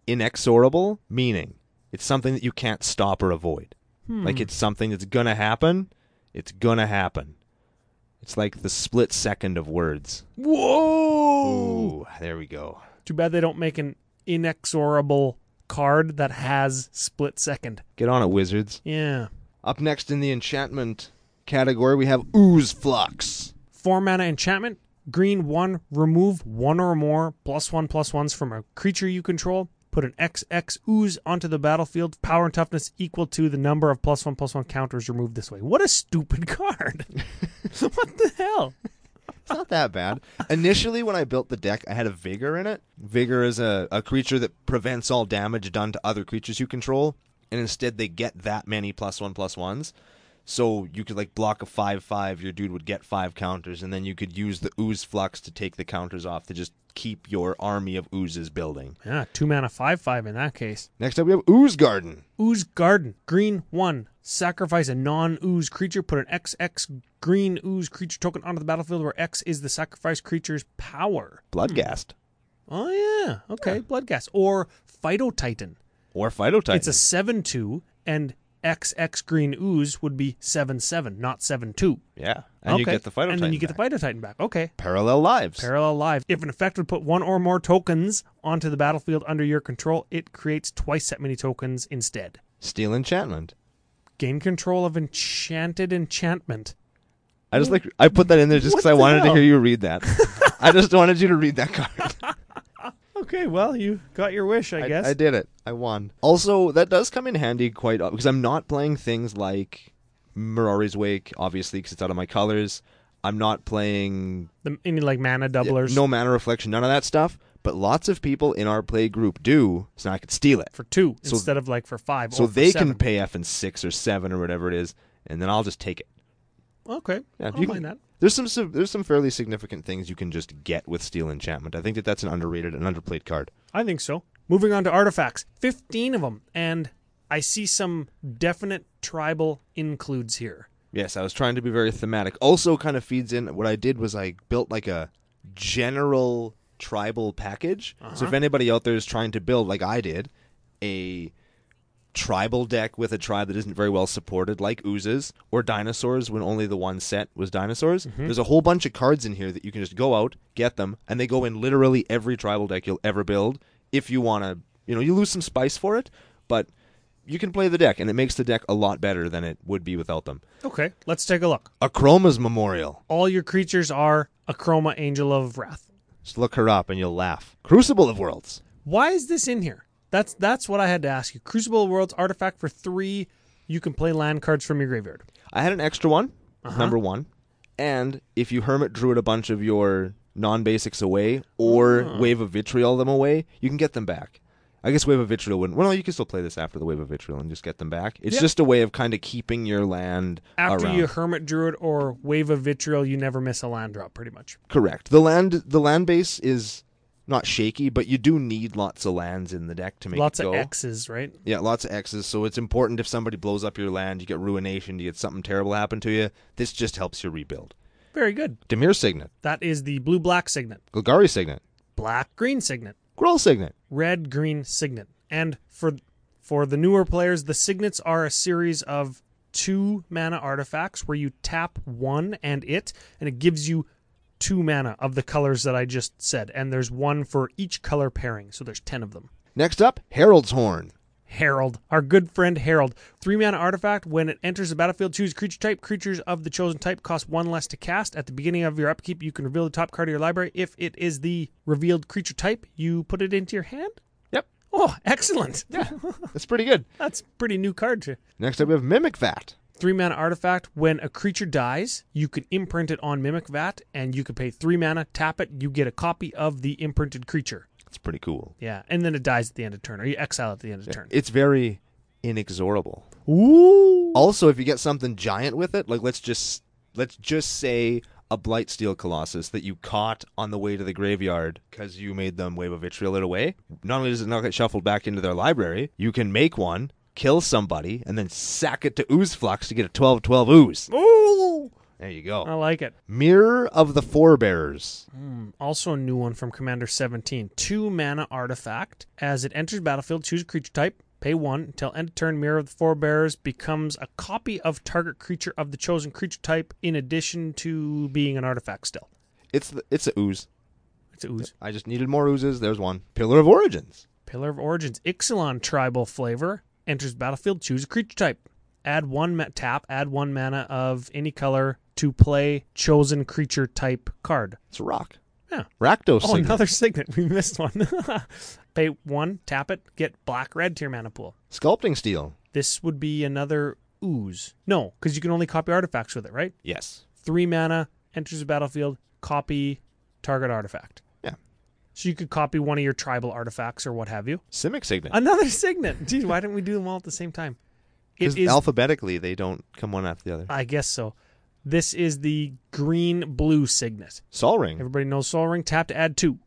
B: inexorable meaning it's something that you can't stop or avoid. Like it's something that's going to happen. It's going to happen. It's like the split second of words.
C: Whoa!
B: Ooh, there we go.
C: Too bad they don't make an inexorable card that has split second.
B: Get on it, wizards.
C: Yeah.
B: Up next in the enchantment category, we have Ooze Flux.
C: Four mana enchantment. Green one, remove one or more plus one plus ones from a creature you control. Put an XX ooze onto the battlefield. Power and toughness equal to the number of plus one plus one counters removed this way. What a stupid card. what the hell?
B: It's not that bad. Initially, when I built the deck, I had a Vigor in it. Vigor is a, a creature that prevents all damage done to other creatures you control, and instead they get that many plus one plus ones. So you could like block a five five, your dude would get five counters, and then you could use the ooze flux to take the counters off to just keep your army of oozes building.
C: Yeah, two mana five five in that case.
B: Next up we have Ooze Garden.
C: Ooze Garden. Green one. Sacrifice a non ooze creature. Put an XX green ooze creature token onto the battlefield where X is the sacrifice creature's power.
B: Bloodgast.
C: Oh, yeah. Okay. Bloodgas. Or Phytotitan.
B: Or Phytotitan.
C: It's a 7 2, and XX Green Ooze would be 7 7, not 7 2.
B: yeah. And you get the Phytotitan.
C: And then you get
B: back.
C: the Phytotitan back. Okay.
B: Parallel Lives.
C: Parallel Live. If an effect would put one or more tokens onto the battlefield under your control, it creates twice that many tokens instead.
B: Steel Enchantment.
C: Gain control of Enchanted Enchantment.
B: I just like I put that in there just
C: What
B: because I
C: the
B: wanted to
C: hell?
B: hear you read that. I just wanted you to read that card.
C: Okay, well, you got your wish, I, guess.
B: I did it. I won. Also, that does come in handy quite because I'm not playing things like Mirari's Wake, obviously, because it's out of my colors. I'm not playing
C: The- any like mana doublers
B: no mana reflection, none of that stuff. But lots of people in our play group do, so now I could steal it.
C: for two
B: So-
C: instead of like for five.
B: So
C: or for
B: they
C: seven.
B: can pay F and six or seven or whatever it is, and then I'll just take it.
C: Okay,
B: Yeah,
C: I
B: if
C: don't
B: you
C: mind
B: can-
C: that.
B: There's some sig- there's some fairly significant things you can just get with steel enchantment. I think that that's an underrated and underplayed card.
C: I think so. Moving on to artifacts, fifteen of them, and I see some definite tribal includes here.
B: Yes, I was trying to be very thematic. Also, kind of feeds in what I did was I built like a general tribal package. So if anybody out there is trying to build, like I did, a tribal deck with a tribe that isn't very well supported, like oozes or dinosaurs, when only the one set was dinosaurs, there's a whole bunch of cards in here that you can just go out, get them, and they go in literally every tribal deck you'll ever build. If you want to, you know, you lose some spice for it, but you can play the deck, and it makes the deck a lot better than it would be without them.
C: Okay, let's take a look.
B: Akroma's memorial.
C: All your creatures are Achroma, Angel of Wrath.
B: Just look her up and you'll laugh. Crucible of Worlds.
C: Why is this in here? That's that's what I had to ask you. Crucible of Worlds artifact for three. You can play land cards from your graveyard.
B: I had an extra one,
C: Uh-huh.
B: number one. And if you hermit druid a bunch of your non basics away or
C: Hmm.
B: wave of vitriol them away, you can get them back. I guess wave of vitriol wouldn't. Well, no, you can still play this after the wave of vitriol and just get them back. It's
C: Yeah.
B: just a way of kind of keeping your land
C: After
B: around.
C: you Hermit Druid or Wave of Vitriol, you never miss a land drop, pretty much.
B: Correct. The land the land base is not shaky, but you do need lots of lands in the deck to make
C: Lots
B: it go.
C: of X's, right?
B: Yeah, lots of X's. So it's important if somebody blows up your land, you get ruination, you get something terrible happen to you. This just helps you rebuild.
C: Very good.
B: Demir Signet,
C: That is the blue black signet,
B: Golgari Signet,
C: black green signet,
B: Groll Signet.
C: red green signet. And for for the newer players, the signets are a series of two mana artifacts where you tap one and it, and it gives you two mana of the colors that I just said. And there's one for each color pairing, so there's 10 of them.
B: Next up, Herald's Horn.
C: Herald, our good friend Herald. Three mana artifact. When it enters the battlefield, choose creature type. Creatures of the chosen type cost one less to cast. At the beginning of your upkeep, you can reveal the top card of your library. If it is the revealed creature type, you put it into your hand.
B: Yep,
C: Oh, excellent.
B: that's pretty good.
C: That's a pretty new card to.
B: Next up, we have Mimic Vat.
C: Three mana artifact. When a creature dies, you can imprint it on Mimic Vat, and you can pay three mana, tap it, you get a copy of the imprinted creature.
B: It's pretty cool.
C: Yeah, and then it dies at the end of turn, or you exile at the end of turn.
B: It's very inexorable.
C: Ooh.
B: Also, if you get something giant with it, like let's just let's just say a Blightsteel Colossus that you caught on the way to the graveyard because you made them wave of vitriol it away. Not only does it not get shuffled back into their library, you can make one, kill somebody, and then sack it to Ooze Flux to get a 12-12 Ooze.
C: Ooh. Oh.
B: There you go.
C: I like it.
B: Mirror of the Forebearers.
C: Also, a new one from Commander 17. Two mana artifact. As it enters battlefield, choose a creature type. Pay one until end of turn. Mirror of the Forebearers becomes a copy of target creature of the chosen creature type, in addition to being an artifact still.
B: It's the, it's a ooze.
C: It's a ooze.
B: I just needed more oozes. There's one. Pillar of Origins.
C: Pillar of Origins. Ixalan tribal flavor. Enters battlefield. Choose a creature type. Add one ma- tap. Add one mana of any color to play chosen creature type card.
B: It's a rock.
C: Yeah.
B: Rakdos.
C: Oh,
B: Signet.
C: another signet. We missed one. Pay one, tap it, get black red to your mana pool.
B: Sculpting Steel.
C: This would be another ooze. No, because you can only copy artifacts with it, right?
B: Yes.
C: Three mana, enters the battlefield, copy target artifact.
B: Yeah.
C: So you could copy one of your tribal artifacts or what have you.
B: Simic Signet.
C: Another signet. Dude, why didn't we do them all at the same time? It
B: Because
C: is,
B: alphabetically, they don't come one after the other.
C: I guess so. This is the green blue signet.
B: Sol Ring.
C: Everybody knows Soul Ring. Tap to add two.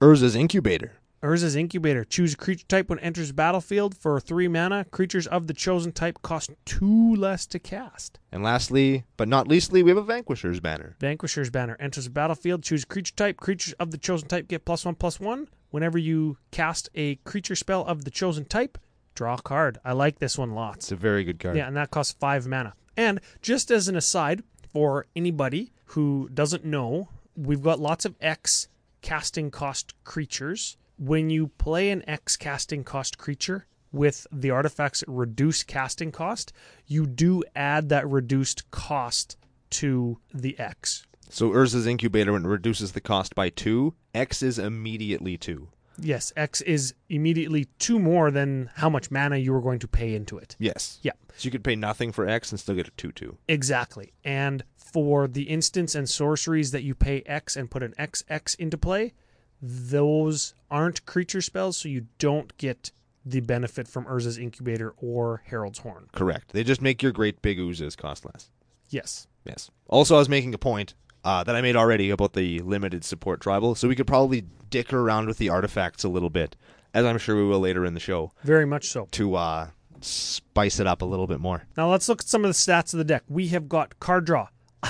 B: Urza's Incubator.
C: Urza's Incubator. Choose a creature type when enters battlefield for three mana. Creatures of the chosen type cost two less to cast.
B: And lastly, but not leastly, we have a Vanquisher's Banner.
C: Vanquisher's Banner enters the battlefield. Choose creature type. Creatures of the chosen type get plus one plus one. Whenever you cast a creature spell of the chosen type, draw a card. I like this one lots.
B: It's a very good card.
C: Yeah, and that costs five mana. And just as an aside for anybody who doesn't know, we've got lots of X casting cost creatures. When you play an X casting cost creature with the artifacts that reduce casting cost, you do add that reduced cost to the X.
B: So Urza's Incubator, when it reduces the cost by two, X is immediately two.
C: Yes, X is immediately two more than how much mana you were going to pay into it.
B: Yes.
C: Yeah.
B: So you could pay nothing for X and still get a 2 2.
C: Exactly. And for the instants and sorceries that you pay X and put an XX into play, those aren't creature spells, so you don't get the benefit from Urza's Incubator or Herald's Horn.
B: Correct. They just make your great big oozes cost less.
C: Yes.
B: Yes. Also, I was making a point uh, that I made already about the limited support tribal, so we could probably dicker around with the artifacts a little bit, as I'm sure we will later in the show,
C: Very much so.
B: to uh, spice it up a little bit more.
C: Now let's look at some of the stats of the deck. We have got card draw.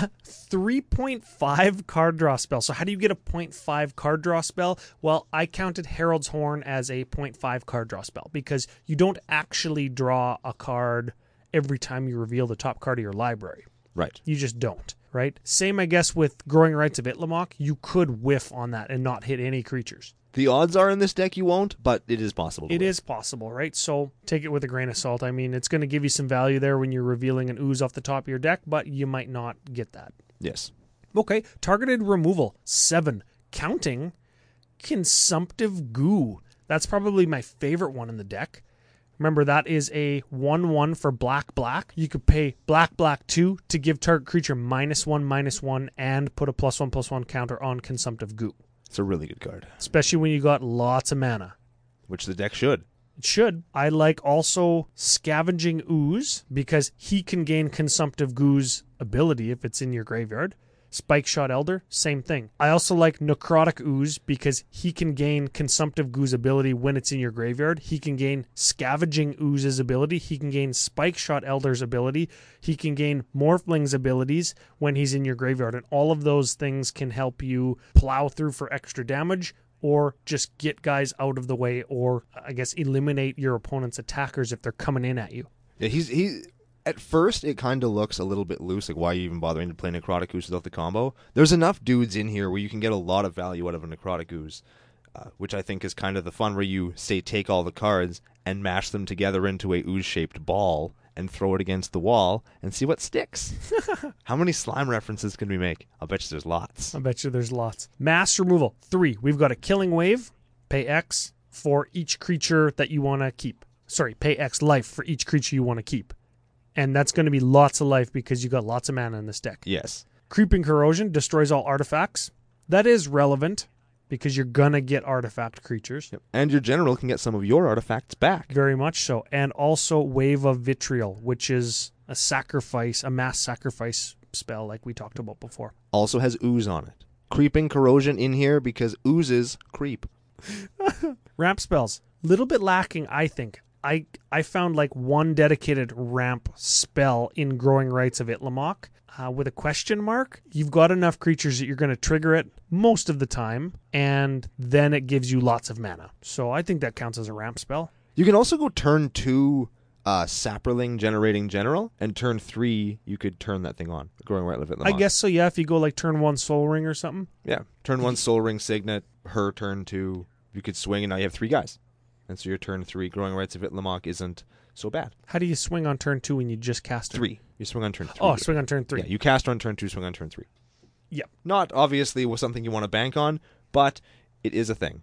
C: 3.5 card draw spell. So how do you get a 0.5 card draw spell? Well, I counted Herald's Horn as a 0.5 card draw spell because you don't actually draw a card every time you reveal the top card of your library.
B: Right.
C: You just don't, right? Same, I guess, with Growing Rights of Itlamok. You could whiff on that and not hit any creatures.
B: The odds are in this deck you won't, but it is possible. To
C: It
B: win.
C: is possible, right? So take it with a grain of salt. I mean, it's going to give you some value there when you're revealing an ooze off the top of your deck, but you might not get that.
B: Yes.
C: Okay, targeted removal, seven. Counting consumptive goo. That's probably my favorite one in the deck. Remember, that is a 1 1 for black, black. You could pay black, black 2 to give target creature minus 1, minus 1, and put a plus 1, plus 1 counter on consumptive goo.
B: It's a really good card,
C: Especially when you got lots of mana.
B: which the deck should.
C: It should. I like also scavenging ooze because he can gain consumptive goo's ability if it's in your graveyard. Spike shot elder, same thing. I also like necrotic ooze because he can gain consumptive goo's ability when it's in your graveyard. He can gain scavenging ooze's ability. He can gain spike shot elder's ability. He can gain morphling's abilities when he's in your graveyard, and all of those things can help you plow through for extra damage or just get guys out of the way or i guess eliminate your opponent's attackers if they're coming in at you
B: Yeah, he's he. At first, it kind of looks a little bit loose. Like, why are you even bothering to play Necrotic Ooze without the combo? There's enough dudes in here where you can get a lot of value out of a Necrotic Ooze, uh, which I think is kind of the fun where you say take all the cards and mash them together into a ooze-shaped ball and throw it against the wall and see what sticks. How many slime references can we make? I'll bet you there's lots.
C: i bet you there's lots mass removal three we've got a killing wave pay x for each creature that you want to keep sorry pay x life for each creature you want to keep and that's going to be lots of life because you got lots of mana in this deck
B: Yes.
C: creeping corrosion destroys all artifacts that is relevant because you're gonna get artifact creatures
B: And your general can get some of your artifacts back.
C: Very much so. And also Wave of Vitriol, which is a sacrifice, a mass sacrifice spell like we talked about before.
B: Also has ooze on it. Creeping corrosion in here because oozes creep.
C: Ramp spells, little bit lacking, I think. I I found like one dedicated ramp spell in Growing Rights of Itlamok. Uh, with a question mark, you've got enough creatures that you're going to trigger it most of the time, and then it gives you lots of mana. So I think that counts as a ramp spell.
B: You can also go turn two uh, Sapperling generating general, and turn three you could turn that thing on. Growing right live at the
C: I guess so, yeah, if you go like turn one Soul Ring or something.
B: Yeah. Turn one Soul Ring Signet, her turn two. You could swing, and now you have three guys. And so your turn three, Growing Rights of Itlamok isn't so bad.
C: How do you swing on turn two when you just cast it?
B: Three. You swing on turn three.
C: Oh, swing on turn three.
B: Yeah, you cast on turn two, swing on turn three.
C: Yep.
B: Not obviously was something you want to bank on, but it is a thing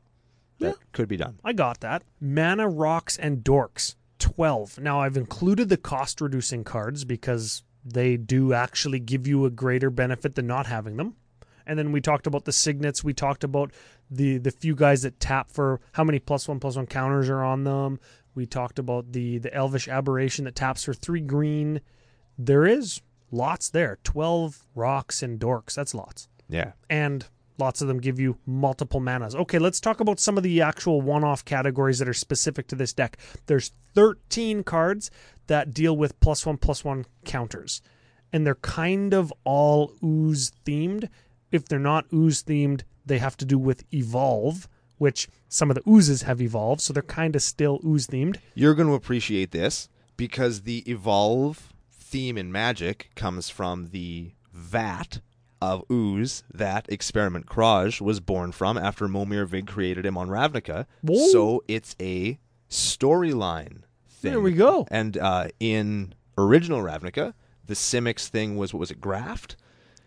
B: that
C: Yeah.
B: could be done.
C: I got that. Mana rocks and dorks. 12. Now I've included the cost reducing cards because they do actually give you a greater benefit than not having them. And then we talked about the signets, we talked about the the few guys that tap for how many plus 1 plus 1 counters are on them. We talked about the the elvish aberration that taps for 3 green. There is lots there. 12 rocks and dorks. That's lots
B: Yeah.
C: and lots of them give you multiple manas. Okay, let's talk about some of the actual one off categories that are specific to this deck. There's 13 cards that deal with plus one, plus one counters, and they're kind of all ooze themed. If they're not ooze themed, they have to do with evolve, which some of the oozes have evolved, so they're kind of still ooze themed.
B: You're going to appreciate this because the evolve theme in magic comes from the vat of ooze that experiment Kraj was born from after Momir Vig created him on Ravnica.
C: Whoa.
B: So it's a storyline thing.
C: There we go.
B: And uh, in original Ravnica, the Simics thing was what was it, graft?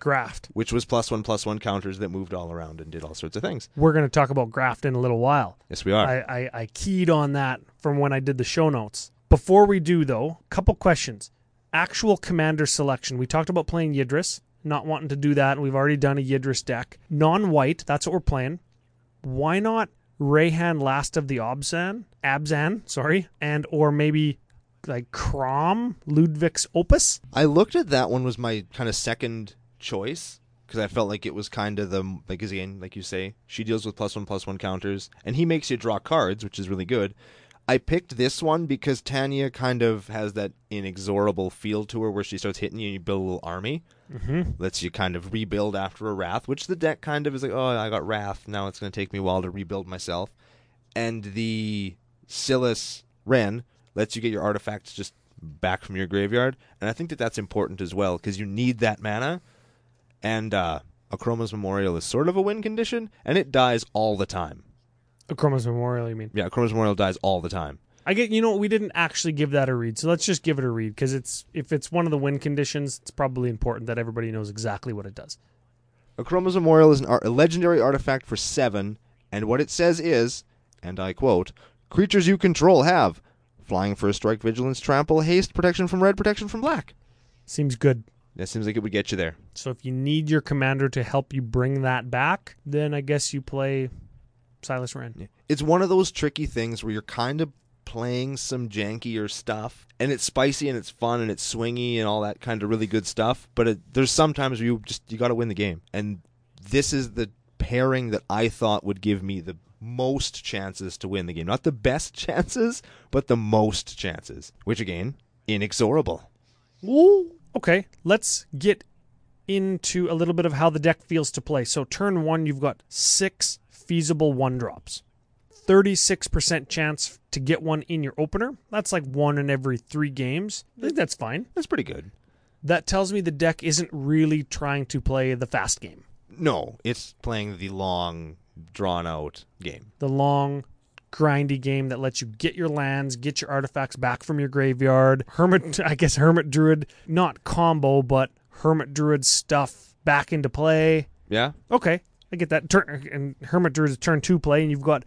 C: graft.
B: which was plus one plus one counters that moved all around and did all sorts of things.
C: We're going to talk about graft in a little while.
B: Yes, we are.
C: I, I, I keyed on that from when I did the show notes. Before we do, though, couple questions. Actual commander selection. We talked about playing Yidris, not wanting to do that. We've already done a Yidris deck. Non white, that's what we're playing. Why not Rayhan Last of the Obzan, Abzan, sorry, and or maybe like Crom, Ludwig's Opus?
B: I looked at that one was my kind of second choice because I felt like it was kind of the like again like you say she deals with plus one plus one counters and he makes you draw cards which is really good. I picked this one because Tanya kind of has that inexorable feel to her where she starts hitting you and you build a little army. Mm-hmm. Lets you kind of rebuild after a wrath, which the deck kind of is like, oh, I got wrath. Now it's going to take me a while to rebuild myself. And the Silas Wren lets you get your artifacts just back from your graveyard. And I think that that's important as well because you need that mana. And uh, Achroma's Memorial is sort of a win condition, and it dies all the time.
C: Chroma's Memorial, you mean?
B: Yeah, Achroma's Memorial dies all the time.
C: I get you know we didn't actually give that a read, so let's just give it a read because it's if it's one of the win conditions, it's probably important that everybody knows exactly what it does.
B: Achroma's Memorial is an ar- a legendary artifact for seven, and what it says is, and I quote, creatures you control have flying first strike, vigilance, trample, haste, protection from red, protection from black.
C: Seems good.
B: That seems like it would get you there.
C: So if you need your commander to help you bring that back, then I guess you play Silas Wren.
B: It's one of those tricky things where you're kind of playing some jankier stuff, and it's spicy and it's fun and it's swingy and all that kind of really good stuff. But it, there's sometimes where you just you got to win the game, and this is the pairing that I thought would give me the most chances to win the game. Not the best chances, but the most chances. Which again, inexorable.
C: Okay, let's get into a little bit of how the deck feels to play. So turn one, you've got six feasible one drops. 36% chance to get one in your opener. That's like one in every three games. I think that's fine.
B: That's pretty good.
C: That tells me the deck isn't really trying to play the fast game,
B: No, it's playing the long, drawn out game.
C: the long, grindy game that lets you get your lands, get your artifacts back from your graveyard. Hermit, I guess, Hermit Druid, not combo, but Hermit Druid stuff back into play.
B: Yeah,
C: Okay, I get that. Turn and Hermit Druid is turn two play, and you've got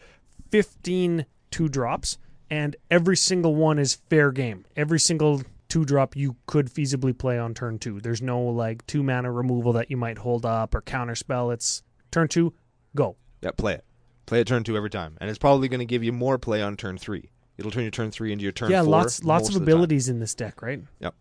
C: 15 two drops, and every single one is fair game. Every single two drop you could feasibly play on turn two. There's no like two mana removal that you might hold up or counterspell. It's turn two, go.
B: Yeah, play it. Play it turn two every time, and it's probably going to give you more play on turn three. It'll turn your turn three into your turn.
C: yeah,
B: four
C: lots lots
B: most
C: of
B: the time.
C: abilities in this deck, right?
B: Yep.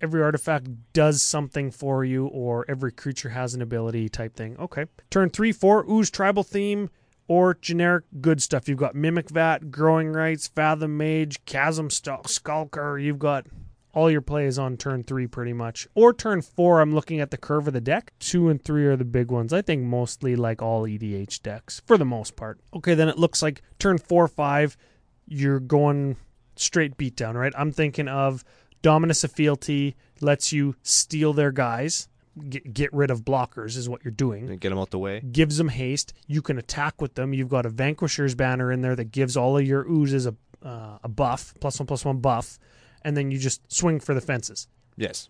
C: Every artifact does something for you, or every creature has an ability type thing. Okay. Turn three, four, ooze tribal theme, or generic good stuff. You've got Mimic Vat, Growing Rights, Fathom Mage, Chasm Stalk, Skulker. You've got all your plays on turn three pretty much. Or turn four, I'm looking at the curve of the deck. Two and three are the big ones. I think mostly like all EDH decks for the most part. Okay, then it looks like turn four, five, you're going straight beatdown, right? I'm thinking of Dominus of Fealty lets you steal their guys, get, get rid of blockers, is what you're doing
B: And Get them out the way.
C: gives them haste. You can attack with them. You've got a Vanquisher's banner in there that gives all of your oozes a uh, a buff, plus one plus one buff, and then you just swing for the fences.
B: Yes.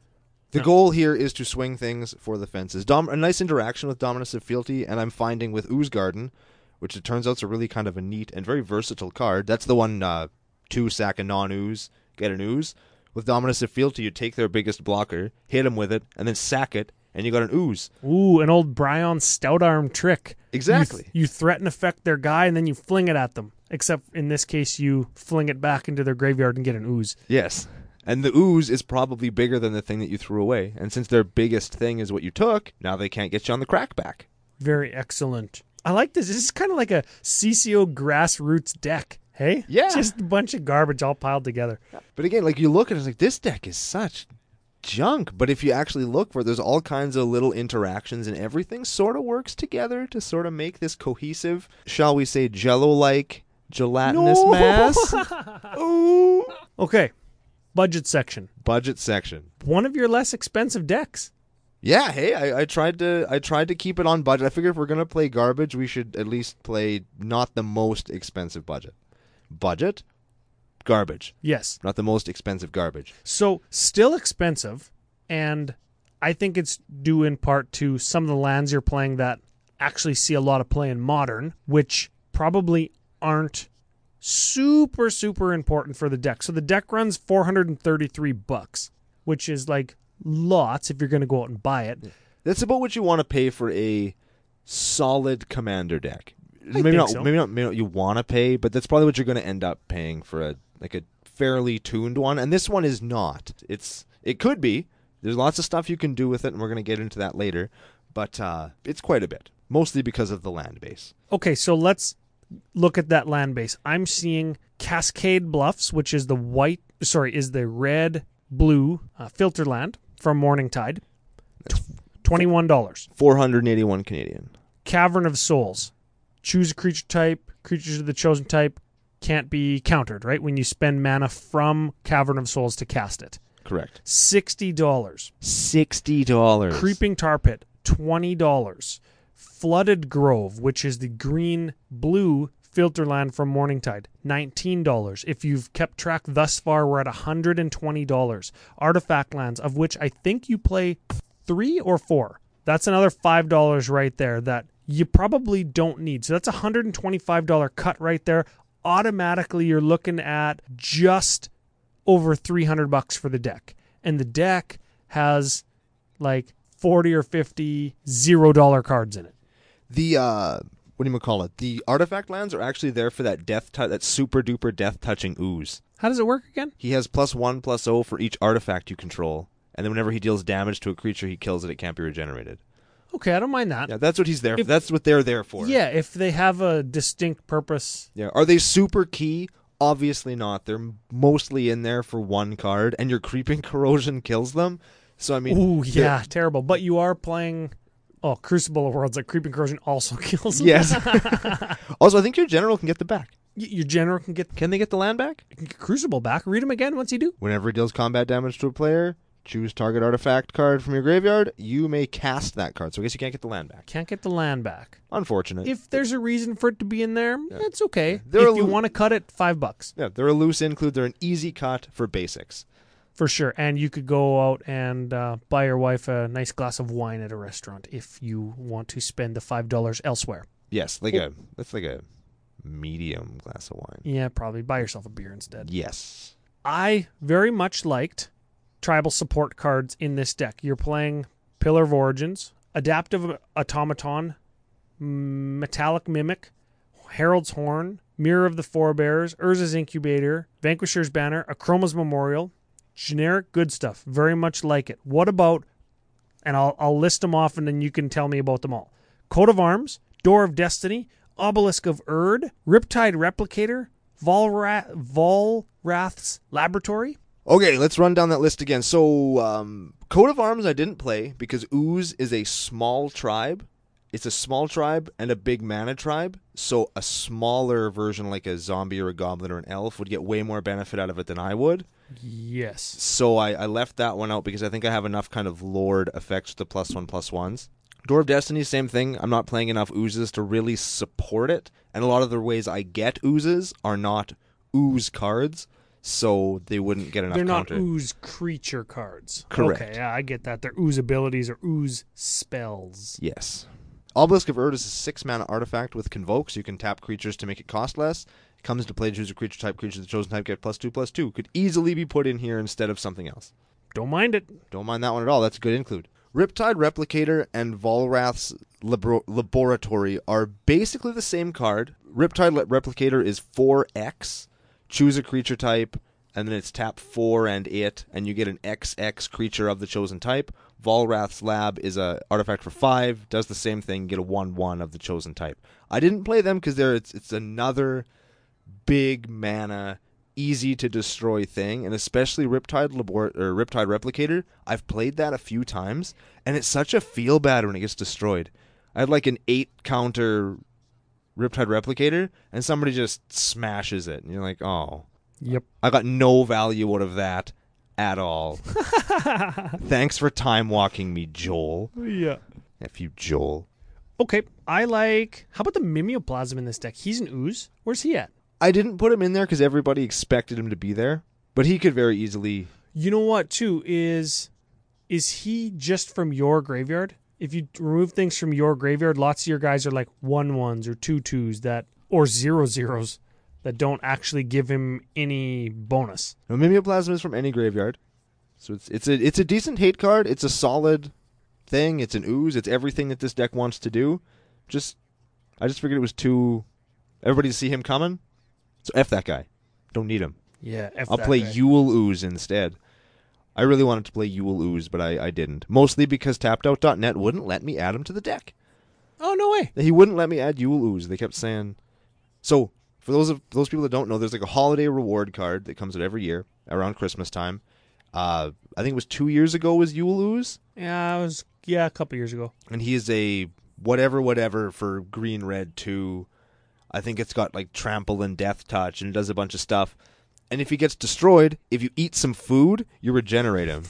B: The goal here is to swing things for the fences. Dom- a nice interaction with Dominus of Fealty, and I'm finding with Ooze Garden, which it turns out is a really kind of a neat and very versatile card. That's the one, uh, two sack a non ooze, get an ooze. With Dominus of Fealty, you take their biggest blocker, hit them with it, and then sack it, and you got an ooze.
C: Ooh, an old Bryon stout arm trick. You th-
B: Exactly.
C: You, threaten affect their guy, and then you fling it at them. Except in this case, you fling it back into their graveyard and get an ooze.
B: Yes. And the ooze is probably bigger than the thing that you threw away. And since their biggest thing is what you took, now they can't get you on the crackback.
C: Very excellent. I like this. This is kind of like a CCO grassroots deck. Hey,
B: Yeah.
C: just a bunch of garbage all piled together.
B: But again, like you look at it, it's like this deck is such junk. But if you actually look for it, there's all kinds of little interactions and everything sort of works together to sort of make this cohesive, shall we say, jello like gelatinous mass. Ooh.
C: Okay, budget section.
B: Budget section.
C: One of your less expensive decks.
B: Yeah, hey, I, I tried to I tried to keep it on budget. I figure if we're gonna play garbage, we should at least play not the most expensive budget. Budget? Garbage.
C: Yes.
B: Not the most expensive garbage.
C: So still expensive and I think it's due in part to some of the lands you're playing that actually see a lot of play in modern, which probably aren't super super important for the deck. So the deck runs 433 bucks, which is like lots if you're going to go out and buy it.
B: That's about what you want to pay for a solid commander deck. maybe
C: think
B: not.
C: so.
B: Maybe not. Maybe not. You want to pay, but that's probably what you're going to end up paying for a like a fairly tuned one. And this one is not. It's it could be. There's lots of stuff you can do with it, and we're going to get into that later. But uh, it's quite a bit, mostly because of the land base.
C: Okay, so let's look at that land base. I'm seeing Cascade Bluffs, which is the white, sorry, is the red blue uh, filter land from Morning Tide. Tw- $21.
B: 481 Canadian.
C: Cavern of Souls. Choose a creature type. Creatures of the chosen type can't be countered, right? When you spend mana from Cavern of Souls to cast it.
B: Correct.
C: $60.
B: Sixty dollars.
C: Creeping Tar Pit, twenty dollars. Flooded Grove, which is the green blue filter land from Morningtide, nineteen dollars. If you've kept track thus far, we're at hundred and twenty dollars. Artifact lands, of which I think you play three or four. That's another five dollars right there that you probably don't need. So that's a hundred and twenty-five dollar cut right there. Automatically, you're looking at just over 300 bucks for the deck and the deck has like 40 or 50 zero dollar cards in it
B: the uh what do you call it? The artifact lands are actually there for that death tou- that super duper death touching ooze.
C: how does it work again
B: He has plus one plus O for each artifact you control, and then whenever he deals damage to a creature he kills it, it can't be regenerated.
C: okay i don't mind that yeah,
B: Yeah, that's what he's there. For.
C: If-
B: That's what they're there for.
C: if they have a distinct purpose
B: Yeah. Are they super key? Obviously not. They're mostly in there for one card, and your creeping corrosion kills them. So I mean,
C: ooh
B: the-
C: yeah terrible but you are playing oh crucible of worlds like creeping corrosion also kills them.
B: Yes. also, I think your general can get the back.
C: Y- your general can get
B: Can they get the land back?
C: crucible back read them again once you do
B: Whenever it deals combat damage to a player, choose target artifact card from your graveyard. You may cast that card. So I guess you can't get the land back.
C: can't get the land back
B: Unfortunate.
C: if there's a reason for it to be in there it's okay
B: They're
C: if
B: a
C: you
B: li-
C: want to cut it five bucks
B: yeah, they're a loose include. They're an easy cut for basics.
C: For sure. And you could go out and uh, buy your wife a nice glass of wine at a restaurant if you want to spend the $5 elsewhere.
B: Yes, like a that's like a medium glass of wine.
C: Yeah, probably buy yourself a beer instead.
B: Yes.
C: I very much liked tribal support cards in this deck. You're playing Pillar of Origins, Adaptive Automaton, M- Metallic Mimic, Herald's Horn, Mirror of the Forebears, Urza's Incubator, Vanquisher's Banner, Achroma's Memorial. Generic good stuff. Very much like it. What about, and I'll, I'll list them off and then you can tell me about them all Coat of Arms, Door of Destiny, Obelisk of Erd, Riptide Replicator, Volra- Volrath's Laboratory.
B: Okay, let's run down that list again. So, um, coat of arms I didn't play because Ooze is a small tribe. It's a small tribe and a big mana tribe. So a smaller version, like a zombie or a goblin or an elf, would get way more benefit out of it than I would.
C: Yes.
B: So I, I left that one out because I think I have enough kind of lord effects with the plus one plus ones. Door of Destiny, same thing. I'm not playing enough oozes to really support it, and a lot of the ways I get oozes are not ooze cards, so they wouldn't get enough
C: They're not
B: counter.
C: ooze creature cards.
B: Correct.
C: Okay, yeah, I get that. They're ooze abilities or ooze spells.
B: Yes. Obelisk of Erd is a six mana artifact with Convoke, so you can tap creatures to make it cost less. It comes to play, choose a creature type, creature of the chosen type, get plus two, plus two. Could easily be put in here instead of something else.
C: Don't mind it.
B: Don't mind that one at all. That's a good include. Riptide Replicator and Volrath's Labro- Laboratory are basically the same card. Riptide Le- Replicator is 4x. Choose a creature type, and then it's tap 4 and it, and you get an XX creature of the chosen type. Volrath's Lab is a artifact for 5, does the same thing, get a 1 1 of the chosen type. I didn't play them because they're it's, it's another big mana, easy to destroy thing, and especially Riptide Labor- or Riptide Replicator. I've played that a few times, and it's such a feel bad when it gets destroyed. I had like an eight counter Riptide Replicator, and somebody just smashes it, and you're like, oh,
C: Yep.
B: I got no value out of that at all. Thanks for time walking me, Joel.
C: Yeah.
B: F you, Joel.
C: Okay, I like. How about the mimeoplasm in this deck? He's an ooze. Where's he at?
B: I didn't put him in there because everybody expected him to be there, but he could very easily
C: You know what? Too is is he just from your graveyard? If you remove things from your graveyard, lots of your guys are like one ones or two twos that or zero zeros that don't actually give him any bonus.
B: Now, Mimeoplasma is from any graveyard, so it's it's a it's a decent hate card. It's a solid thing. It's an ooze. It's everything that this deck wants to do. Just I just figured it was too everybody to see him coming. So f that guy. Don't need him.
C: Yeah, F
B: I'll
C: that
B: play
C: guy.
B: Yule Ooze instead. I really wanted to play Yule Ooze, but I, I didn't. Mostly because tappedout.net wouldn't let me add him to the deck.
C: Oh no way!
B: He wouldn't let me add Yule Ooze. They kept saying. So for those of those people that don't know, there's like a holiday reward card that comes out every year around Christmas time. Uh, I think it was two years ago was Yule Ooze,
C: Yeah, I was yeah a couple years ago.
B: and he is a whatever whatever for green red two. I think it's got like trample and death touch, and it does a bunch of stuff. And if he gets destroyed, if you eat some food, you regenerate him.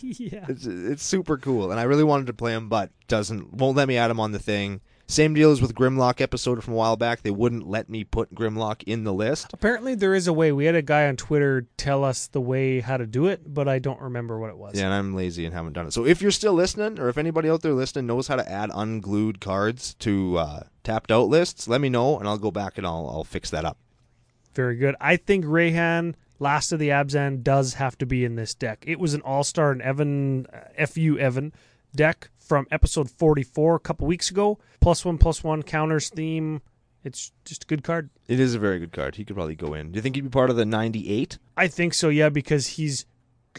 C: yeah.
B: It's, it's super cool, and I really wanted to play him, but doesn't won't let me add him on the thing. Same deal as with Grimlock episode from a while back. They wouldn't let me put Grimlock in the list.
C: Apparently there is a way. We had a guy on Twitter tell us the way how to do it, but I don't remember what it was.
B: Yeah, and I'm lazy and haven't done it. So if you're still listening, or if anybody out there listening knows how to add unglued cards to uh, tapped out lists, let me know, and I'll go back and I'll I'll fix that up.
C: Very good. I think Rayhan, last of the Abzan, does have to be in this deck. It was an all star and Evan, uh, FU Evan deck from episode 44 a couple weeks ago. Plus one, plus one counters theme. It's just a good card.
B: It is a very good card. He could probably go in. Do you think he'd be part of the 98?
C: I think so, yeah, because he's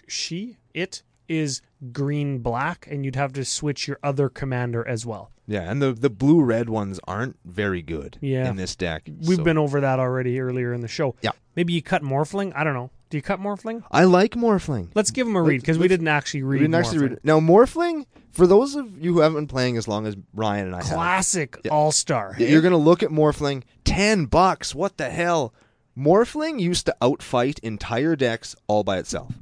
C: she, it is green black, and you'd have to switch your other commander as well.
B: Yeah, and the the blue red ones aren't very good.
C: Yeah.
B: in this deck
C: We've
B: So-
C: been over that already earlier in the show.
B: Yeah.
C: Maybe you cut Morphling. I don't know. Do you cut Morphling?
B: I like Morphling.
C: Let's give him a read because we
B: let's-
C: didn't actually read.
B: we didn't actually
C: Morphling.
B: read it. Now, Morphling, for those of you who haven't been playing as long as Ryan and I have,
C: classic all star.
B: you're going to look at Morphling. 10 bucks. What the hell? Morphling used to outfight entire decks all by itself.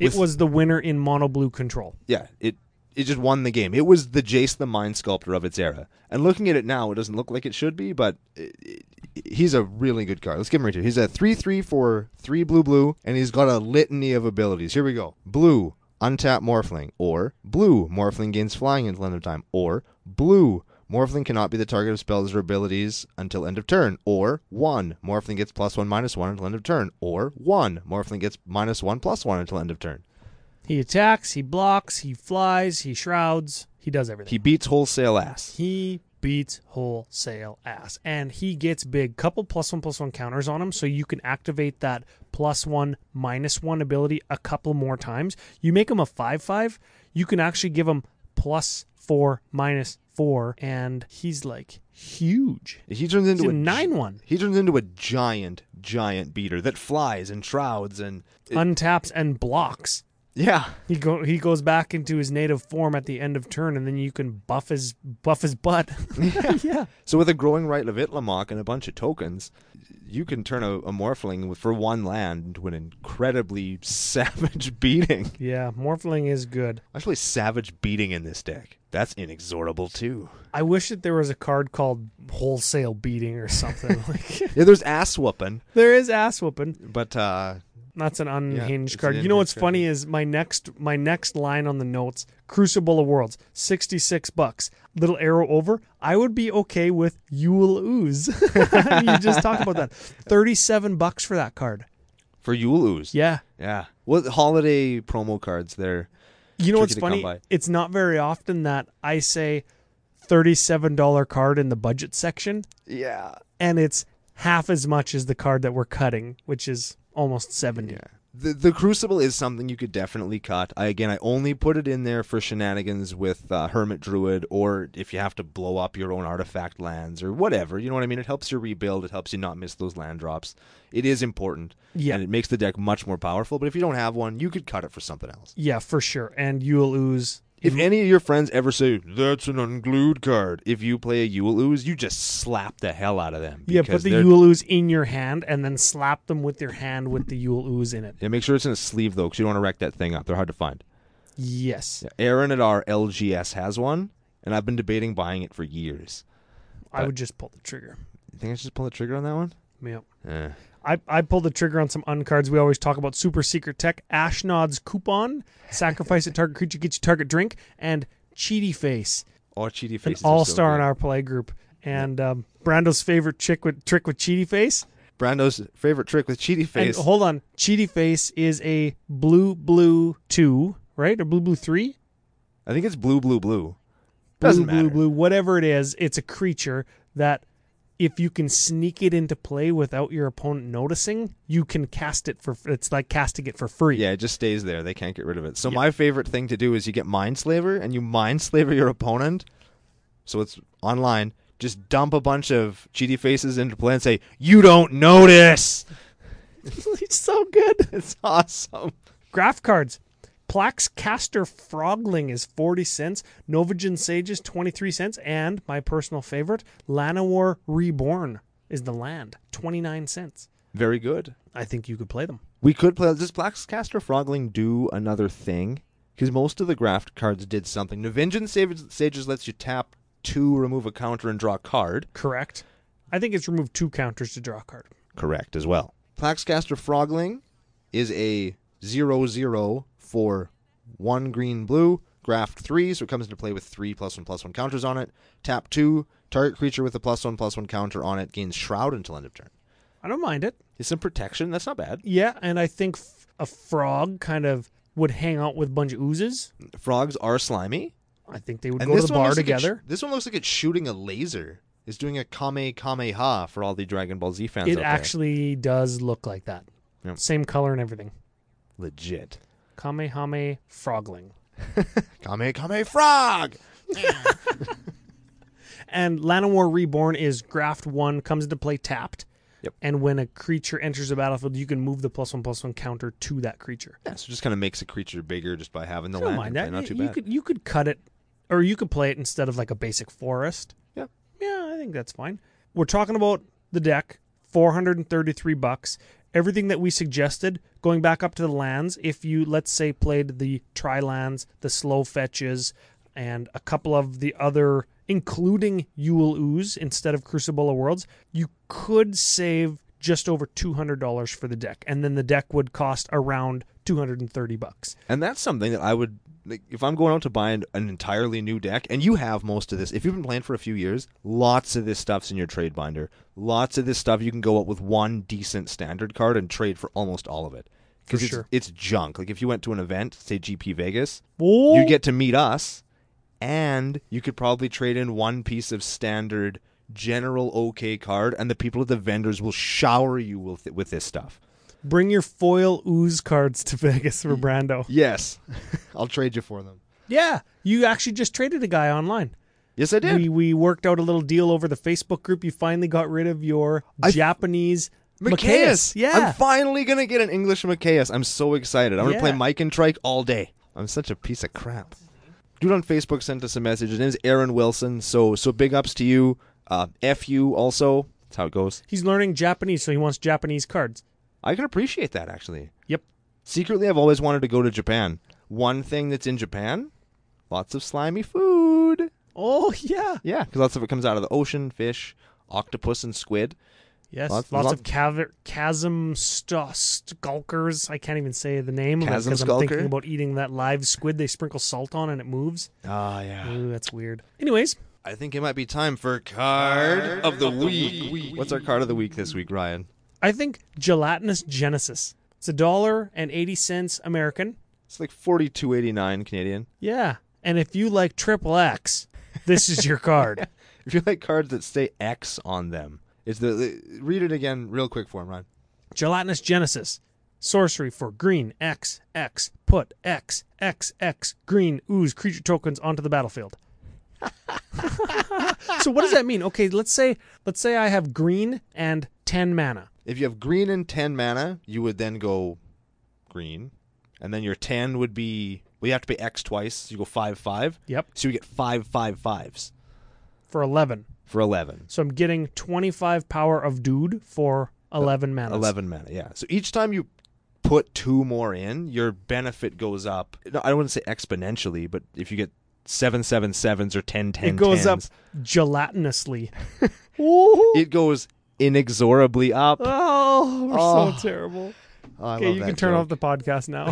C: It was the winner in mono blue control.
B: Yeah, it it just won the game. It was the Jace the Mind Sculptor of its era. And looking at it now, it doesn't look like it should be, but it, it- he's a really good card. Let's give him right here. He's a 3 3 for 3 blue blue, and he's got a litany of abilities. Here we go. Blue, untap Morphling, or blue, Morphling gains flying until end of time, or blue, Morphling cannot be the target of spells or abilities until end of turn, or 1. Morphling gets plus 1 minus 1 until end of turn, or 1. Morphling gets minus 1 plus 1 until end of turn.
C: He attacks, he blocks, he flies, he shrouds, he does everything.
B: He beats wholesale ass.
C: He, beats wholesale ass. And he gets big. Couple plus one plus one counters on him, so you can activate that plus one minus one ability a couple more times. You make him a five five, you can actually give him plus four minus four, and he's like huge.
B: He turns into
C: He's
B: a
C: a nine one.
B: He turns into a giant, giant beater that flies and shrouds and it-
C: Untaps and blocks.
B: yeah,
C: He go he goes back into his native form at the end of turn, and then you can buff his buff his butt. yeah.
B: So with a growing right of Itlamok and a bunch of tokens, you can turn a, a Morphling with- for one land into an incredibly savage beating.
C: yeah, Morphling is good.
B: Actually, savage beating in this deck. That's inexorable too.
C: I wish that there was a card called Wholesale Beating or something. like
B: Yeah, there's ass whooping,
C: there is ass whooping.
B: but uh,
C: That's an unhinged
B: it's
C: card.
B: an
C: you know what's
B: unhinged card,
C: funny is my next my next line on the notes: Crucible of Worlds, sixty six bucks. Little arrow over. I would be okay with Yule Ooze. you just talked about that. Thirty seven bucks for that card.
B: for Yule Ooze.
C: Yeah.
B: yeah. What holiday promo cards there?
C: You know what's
B: tricky to come
C: funny?
B: by.
C: It's not very often that I say thirty-seven dollar card in the budget section,
B: Yeah.
C: and it's half as much as the card that we're cutting, which is almost seventy.
B: The, the Crucible is something you could definitely cut. I again, I only put it in there for shenanigans with uh, Hermit Druid, or if you have to blow up your own artifact lands or whatever. You know what I mean? It helps you rebuild. It helps you not miss those land drops. It is important,
C: Yeah.
B: and it makes the deck much more powerful. But if you don't have one, you could cut it for something else.
C: Yeah, for sure. And you'll lose.
B: If any of your friends ever say that's an unglued card, if you play a Yule Ooze, you just slap the hell out of them.
C: Yeah,
B: because
C: put the
B: they're-
C: Yule ooze in your hand and then slap them with your hand with the Yule ooze in it.
B: Yeah, make sure it's in a sleeve though, because you don't want to wreck that thing up. They're hard to find.
C: Yes,
B: Aaron at our LGS has one, and I've been debating buying it for years.
C: I would just pull the trigger.
B: You think I should just pull the trigger on that one?
C: Yeah.
B: Eh.
C: I, I pulled the trigger on some uncards. We always talk about super secret tech, Ashnod's coupon, sacrifice a target creature, get you target drink, and Cheaty Face,
B: All cheaty
C: an
B: faces. are so
C: all star in
B: good.
C: our play group. And um, Brando's favorite trick with trick with Cheaty Face.
B: Brando's favorite trick with cheaty face.
C: And hold on, Cheaty Face is a blue blue two, right? Or blue blue three?
B: I think it's blue, blue, blue.
C: blue,
B: Doesn't
C: blue,
B: matter.
C: blue, whatever it is, it's a creature that if you can sneak it into play without your opponent noticing, you can cast it for. It's like casting it for free.
B: Yeah, it just stays there. They can't get rid of it. So my favorite thing to do is you get Mindslaver and you Mindslaver your opponent. So it's online. Just dump a bunch of GD faces into play and say, You don't notice.
C: it's so good.
B: It's awesome.
C: Graph cards. Plax Caster Frogling is 40 cents. Novagen Sage is 23 cents. And my personal favorite, Lanowar Reborn is the land, 29 cents.
B: Very good.
C: I think you could play them.
B: We could play. Does Blackcaster Frogling do another thing? Because most of the graft cards did something. Navingian Sages, Sages lets you tap two, remove a counter, and draw a card.
C: Correct. I think it's removed two counters to draw a card.
A: Correct as well.
B: Plaxcaster Frogling is a 0 0 for 1 green blue, graft 3, so it comes into play with 3 plus 1 plus 1 counters on it. Tap 2, target creature with a plus 1 plus 1 counter on it gains Shroud until end of turn.
C: I don't mind it.
B: Is some protection, that's not bad.
C: Yeah, and I think f- a frog kind of would hang out with a bunch of oozes.
B: Frogs are slimy.
C: I think they would
B: And
C: go to
B: this
C: the
B: one
C: bar
B: looks like it's-
C: together.
B: this one looks like it's shooting a laser. It's doing a Kame Kameha for all the Dragon Ball Z fans
C: It
B: out
C: actually does look like that.
B: Yep.
C: Same color and everything.
B: there. Legit.
C: Kamehame frogling.
B: Kame Kame Frog!
C: And Lanowar Reborn is graft one, comes into play tapped.
B: Yep.
C: And when a creature enters the battlefield, you can move the plus one plus one counter to that creature.
B: Yeah, so it just kind of makes a creature bigger just by having the
C: I don't
B: land.
C: mind
B: in play,
C: that.
B: Not too
C: you
B: bad.
C: could you could cut it or you could play it instead of like a basic forest.
B: Yeah.
C: Yeah, I think that's fine. We're talking about the deck, 433 bucks. Everything that we suggested, going back up to the lands, if you let's say played the tri lands, the slow fetches, and a couple of the other including Yule Ooze instead of Crucible of Worlds, you could save just over $200 for the deck and then the deck would cost around 230 bucks.
B: And that's something that I would like if I'm going out to buy an, an entirely new deck and you have most of this. If you've been playing for a few years, lots of this stuff's in your trade binder. Lots of this stuff you can go out with one decent standard card and trade for almost all of it. Cuz
C: For
B: it's
C: sure.
B: it's junk. Like if you went to an event, say GP Vegas,
C: Oh.
B: you get to meet us and you could probably trade in one piece of standard general okay card and the people at the vendors will shower you with with this stuff.
C: Bring your foil ooze cards to Vegas for Brando.
B: Yes. I'll trade you for them.
C: Yeah, you actually just traded a guy online.
B: Yes, I did.
C: We we worked out a little deal over the Facebook group. You finally got rid of your Japanese Micaeus.
B: I'm
C: Yeah.
B: finally gonna get an English Micaeus. I'm so excited. I'm
C: Yeah.
B: gonna play Mike and Trike all day. I'm such a piece of crap. Dude on Facebook sent us a message. His name is Aaron Wilson. So so big ups to you. Uh, F you also. That's how it goes.
C: He's learning Japanese, so he wants Japanese cards.
B: I can appreciate that actually.
C: Yep.
B: Secretly, I've always wanted to go to Japan. One thing that's in Japan, lots of slimy food.
C: Oh yeah.
B: Yeah, because lots of it comes out of the ocean, fish, octopus, and squid.
C: Yes. Lots,
B: Lots-
C: of caver- chasm st- skulkers. I can't even say the name
B: Chasm
C: because I'm
B: skulker?
C: thinking about eating that live squid they sprinkle salt on and it moves.
B: Ah, yeah.
C: Ooh, that's weird. Anyways,
B: I think it might be time for card, of, the, week. What's our card of the week this week, Ryan?
C: I think gelatinous genesis. It's a dollar and eighty cents American.
B: It's like forty-two eighty-nine Canadian.
C: Yeah. And if you like triple X, this is your card.
B: If you like cards that say X on them, it's the, the- read it again real quick for him, Ryan.
C: Gelatinous Genesis. Sorcery for green X X put X X X green ooze creature tokens onto the battlefield. so what does that mean? Okay, let's say let's say I have green and 10 mana.
B: If you have green and ten mana, you would then go green, and then your ten would be well, you have to pay X twice. So you go five five.
C: Yep.
B: So you get five five fives
C: For 11.
B: for eleven.
C: So I'm getting 25 power of dude for 11 mana.
B: Eleven mana, yeah. So each time you put two more in, your benefit goes up. No, I wouldn't say exponentially, but if you get seven seven sevens or ten ten,
C: It goes
B: tens,
C: up gelatinously.
B: It goes inexorably up.
C: Oh, we're
B: Oh.
C: so terrible.
B: Oh, I
C: Okay,
B: love
C: you
B: that
C: can turn
B: joke.
C: off the podcast now.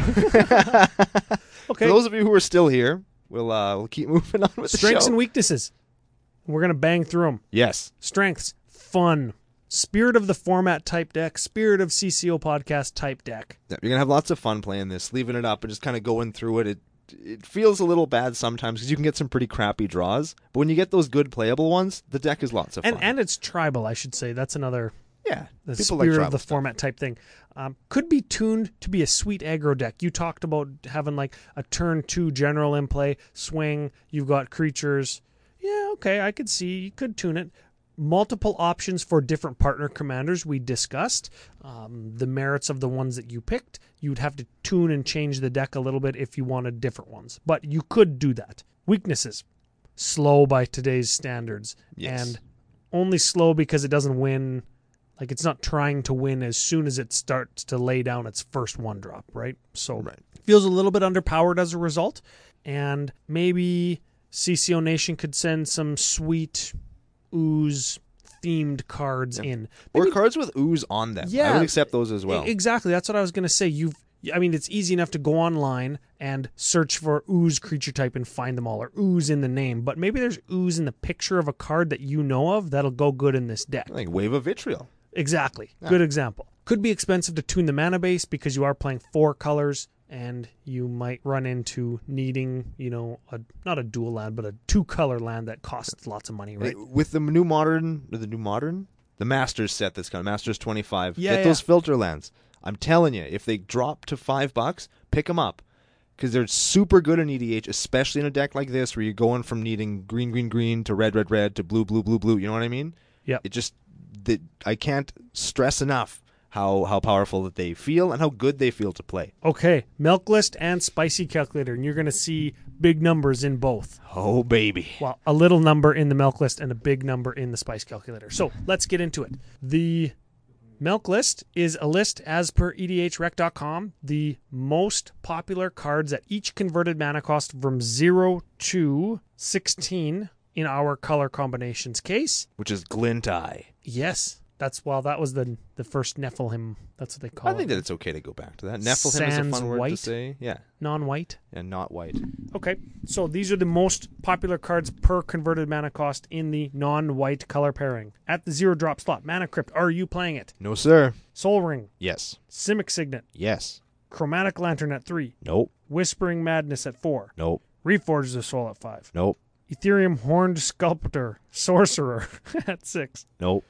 C: okay.
B: For those of you who are still here, we'll uh, we'll keep moving on with
C: Strengths
B: the show.
C: and weaknesses. We're going to bang through them.
B: yes,
C: Strengths, fun. Spirit of the format type deck, spirit of CCO podcast type deck.
B: Yeah, you're gonna have lots of fun playing this, leaving it up and just kind of going through it. It it feels a little bad sometimes because you can get some pretty crappy draws, but when you get those good playable ones, the deck is lots of
C: And
B: fun.
C: and it's tribal, I should say. That's another
B: yeah,
C: the
B: people like
C: spirit
B: tribal
C: of the
B: stuff.
C: format type thing. Um, could be tuned to be a sweet aggro deck. You talked about having like a turn two general in play, swing, you've got creatures. Yeah, okay, I could see. You could tune it. Multiple options for different partner commanders we discussed. Um, the merits of the ones that you picked. You'd have to tune and change the deck a little bit if you wanted different ones, but you could do that. Weaknesses slow by today's standards
B: Yes.
C: and only slow because it doesn't win like it's not trying to win as soon as it starts to lay down its first one drop right so
B: Right.
C: feels a little bit underpowered as a result and maybe cco nation could send some sweet ooze themed cards in
B: or cards with ooze on them. I
C: Yeah.
B: would accept those as well.
C: E- Exactly. That's what I was going to say. You've, I mean, it's easy enough to go online and search for ooze creature type and find them all, or ooze in the name. But maybe there's ooze in the picture of a card that you know of that'll go good in this deck.
B: I think wave of vitriol.
C: Exactly. Good example. Could be expensive to tune the mana base because you are playing four colors and you might run into needing, you know, a not a dual land, but a two color land that costs lots of money, right?
B: It- with the new modern, the new modern, the Masters set that's coming, Masters 25.
C: Yeah,
B: get
C: yeah.
B: those filter lands. I'm telling you, if they drop to five bucks, pick them up because they're super good in EDH, especially in a deck like this where you're going from needing green, green, green to red, red, red to blue, blue, blue, blue. You know what I mean?
C: Yep.
B: It just that I can't stress enough how how powerful that they feel and how good they feel to play.
C: Okay, milk list and spicy calculator, and you're going to see big numbers in both.
B: Oh baby.
C: Well, a little number in the milk list and a big number in the spice calculator. So let's get into it. The milk list is a list as per E edhrec.com, the most popular cards at each converted mana cost from 0 to 16 in our color combinations case.
B: Which is glint eye.
C: Yes, that's well, that was the the first Nephilim. That's what they call
B: I think
C: it.
B: that it's okay to go back to that. Nephilim is a
C: Sans
B: fun word to
C: white?
B: say. Yeah,
C: Non-white.
B: and not white.
C: Okay, so these are the most popular cards per converted mana cost in the non-white color pairing. At the zero drop slot, Mana Crypt, are you playing it?
B: No sir.
C: Soul Ring,
B: Yes.
C: Simic Signet,
B: Yes.
C: Chromatic Lantern at 3,
B: Nope.
C: Whispering Madness at 4,
B: Nope.
C: Reforges the Soul at 5,
B: Nope.
C: Ethereum Horned Sculptor, Sorcerer at 6,
B: Nope.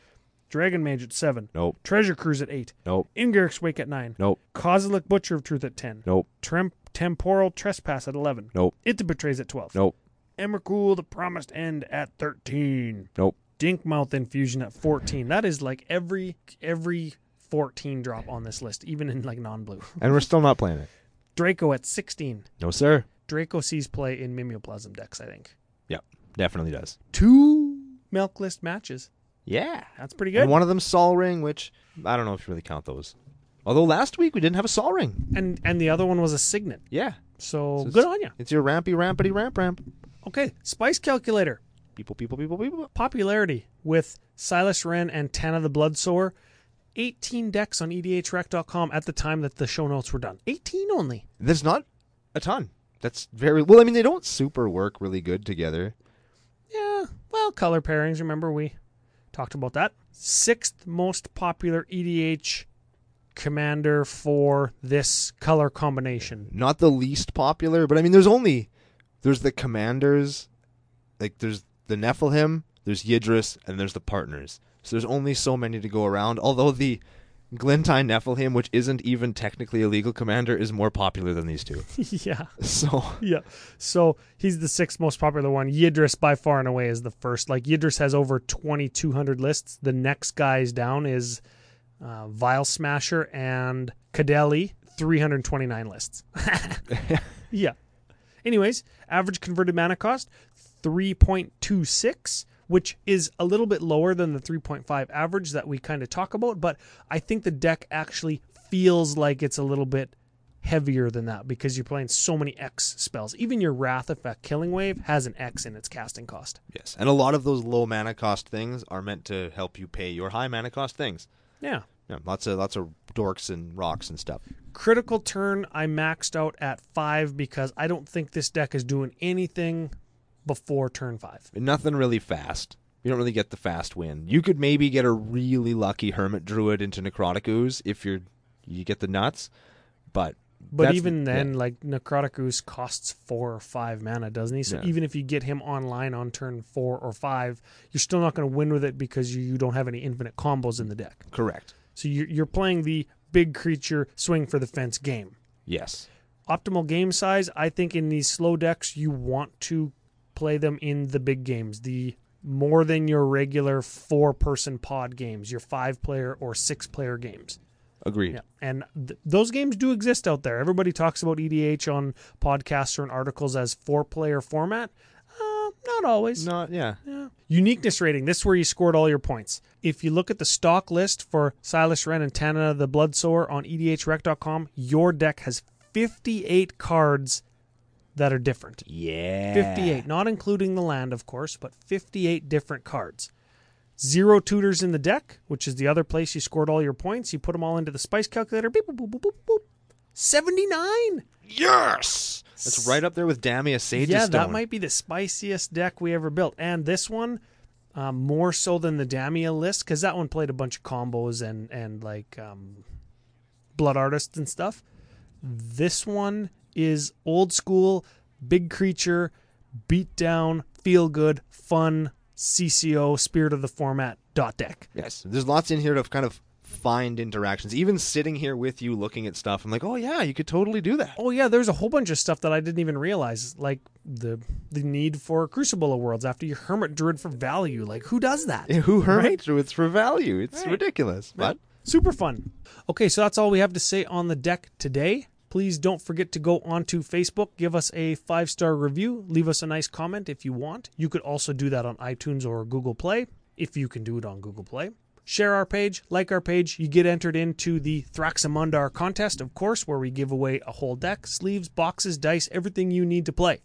C: Dragon Mage at 7,
B: Nope.
C: Treasure Cruise at 8,
B: Nope.
C: Ingarrick's Wake at 9,
B: Nope.
C: Kozilek Butcher of Truth at 10,
B: Nope.
C: Trem- Temporal Trespass at 11,
B: Nope.
C: It the Betrays at 12,
B: Nope.
C: Emrakul the Promised End at 13.
B: Nope.
C: Dinkmouth Infusion at 14. That is like every every 14 drop on this list, even in like non-blue.
B: And we're still not playing it.
C: Draco at 16.
B: No sir.
C: Draco sees play in Mimeoplasm decks, I think.
B: Yep. Definitely does.
C: Two milk list matches.
B: Yeah.
C: That's pretty good.
B: And
C: And,
B: one of them Sol Ring, which I don't know if you really count those. Although last week we didn't have a Sol Ring.
C: and the other one was a signet.
B: Yeah.
C: So,
B: So
C: good
B: it's-
C: on you.
B: It's your rampy rampity ramp ramp.
C: Okay, spice calculator.
B: People, people, people, people.
C: Popularity with Silas Wren and Tana the Bloodsower. 18 decks on E edhrec.com at the time that the show notes were done. 18 only.
B: There's not a ton. That's very well. I mean, they don't super work really good together.
C: Yeah, well, color pairings. Remember we talked about that. Sixth most popular EDH commander for this color combination.
B: not the least popular, but I mean, there's only there's the commanders, like there's the Nephilim, there's Yidris, and there's the partners. So there's only so many to go around. Although the Glintine Nephilim, which isn't even technically a legal commander, is more popular than these two.
C: yeah,
B: So
C: yeah. So he's the sixth most popular one. Yidris by far and away is the first. Like Yidris has over 2,200 lists. The next guys down is uh, Vile Smasher and Cadeli, 329 lists. Yeah. Anyways, average converted mana cost 3.26, which is a little bit lower than the 3.5 average that we kind of talk about, but I think the deck actually feels like it's a little bit heavier than that because you're playing so many X spells. Even your Wrath effect, Killing Wave, has an X in its casting cost.
B: Yes. And a lot of those low mana cost things are meant to help you pay your high mana cost things.
C: Yeah.
B: Yeah, lots of lots of dorks and rocks and stuff.
C: Critical turn, I maxed out at five because I don't think this deck is doing anything before turn five.
B: And nothing really fast. You don't really get the fast win. You could maybe get a really lucky hermit druid into necrotic ooze if you're you get the nuts, but
C: But
B: that's-
C: even then,
B: yeah.
C: like Necrotic Ooze costs four or five mana, doesn't he? So
B: Yeah.
C: even if you get him online on turn four or five, you're still not going to win with it because you, you don't have any infinite combos in the deck.
B: correct.
C: So you're, you're playing the big creature swing for the fence game.
B: Yes.
C: Optimal game size, I think in these slow decks, you want to play them in the big games, the more than your regular four person pod games, your five player or six player games.
B: Agreed.
C: Yeah. And th- those games do exist out there. Everybody talks about EDH on podcasts or in articles as four player format. Uh, not always.
B: Not yeah.
C: Yeah. Uniqueness rating. This is where you scored all your points. If you look at the stock list for Silas Wren and Tanana the Bloodsower on E edhrec.com, your deck has 58 cards that are different.
A: Yeah.
C: 58, not including the land, of course, but 58 different cards. Zero tutors in the deck, which is the other place you scored all your points. You put them all into the spice calculator. Beep, boop, boop, boop, boop, boop. 79?
A: Yes.
B: That's right up there with Damia Sage
C: yeah,
B: Stone.
C: that might be the spiciest deck we ever built. And this one, um, more so than the Damia list, because that one played a bunch of combos and and like um, Blood Artist and stuff. This one is old school, big creature, beat down, feel good, fun, CCO, spirit of the format dot deck.
B: Yes, there's lots in here to kind of find interactions. Even sitting here with you looking at stuff, I'm like, oh yeah, you could totally do that.
C: Oh yeah, there's a whole bunch of stuff that I didn't even realize, like the the need for Crucible of Worlds after your Hermit Druid for value. Like who does that?
B: Who hermit
C: Oh. Right?
B: druids for value? It's
C: Right.
B: ridiculous. But
C: Super fun. Okay, so that's all we have to say on the deck today. Please don't forget to go onto Facebook, give us a five star review, leave us a nice comment if you want. You could also do that on iTunes or Google Play, if you can do it on Google Play. Share our page, like our page. You get entered into the Thraxamundar contest, of course, where we give away a whole deck, sleeves, boxes, dice, everything you need to play.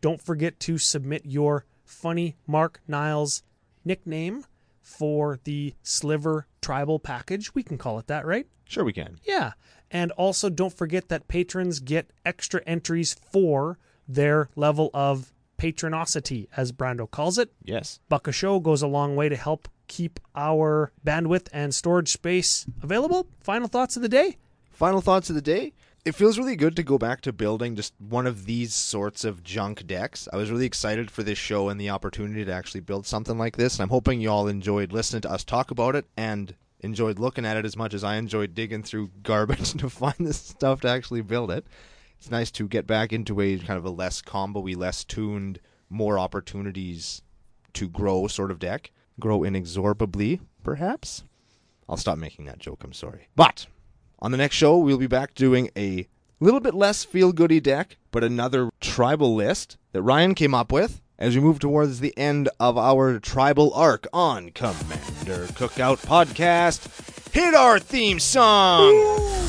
C: Don't forget to submit your funny Mark Niles nickname for the Sliver Tribal package. We can call it that, right?
B: sure we can.
C: Yeah. And also, don't forget that patrons get extra entries for their level of patronosity, as Brando calls it.
B: Yes.
C: Buck a Show goes a long way to help keep our bandwidth and storage space available. Final thoughts of the day?
B: Final thoughts of the day. It feels really good to go back to building just one of these sorts of junk decks. I was really excited for this show and the opportunity to actually build something like this. And I'm hoping you all enjoyed listening to us talk about it and enjoyed looking at it as much as I enjoyed digging through garbage to find this stuff to actually build it. It's nice to get back into a kind of a less combo-y, less tuned, more opportunities to grow sort of deck. Grow inexorably, perhaps. I'll stop making that joke. I'm sorry. But on the next show, we'll be back doing a little bit less feel goody deck, but another tribal list that Ryan came up with as we move towards the end of our tribal arc on Commander Cookout Podcast. Hit our theme song!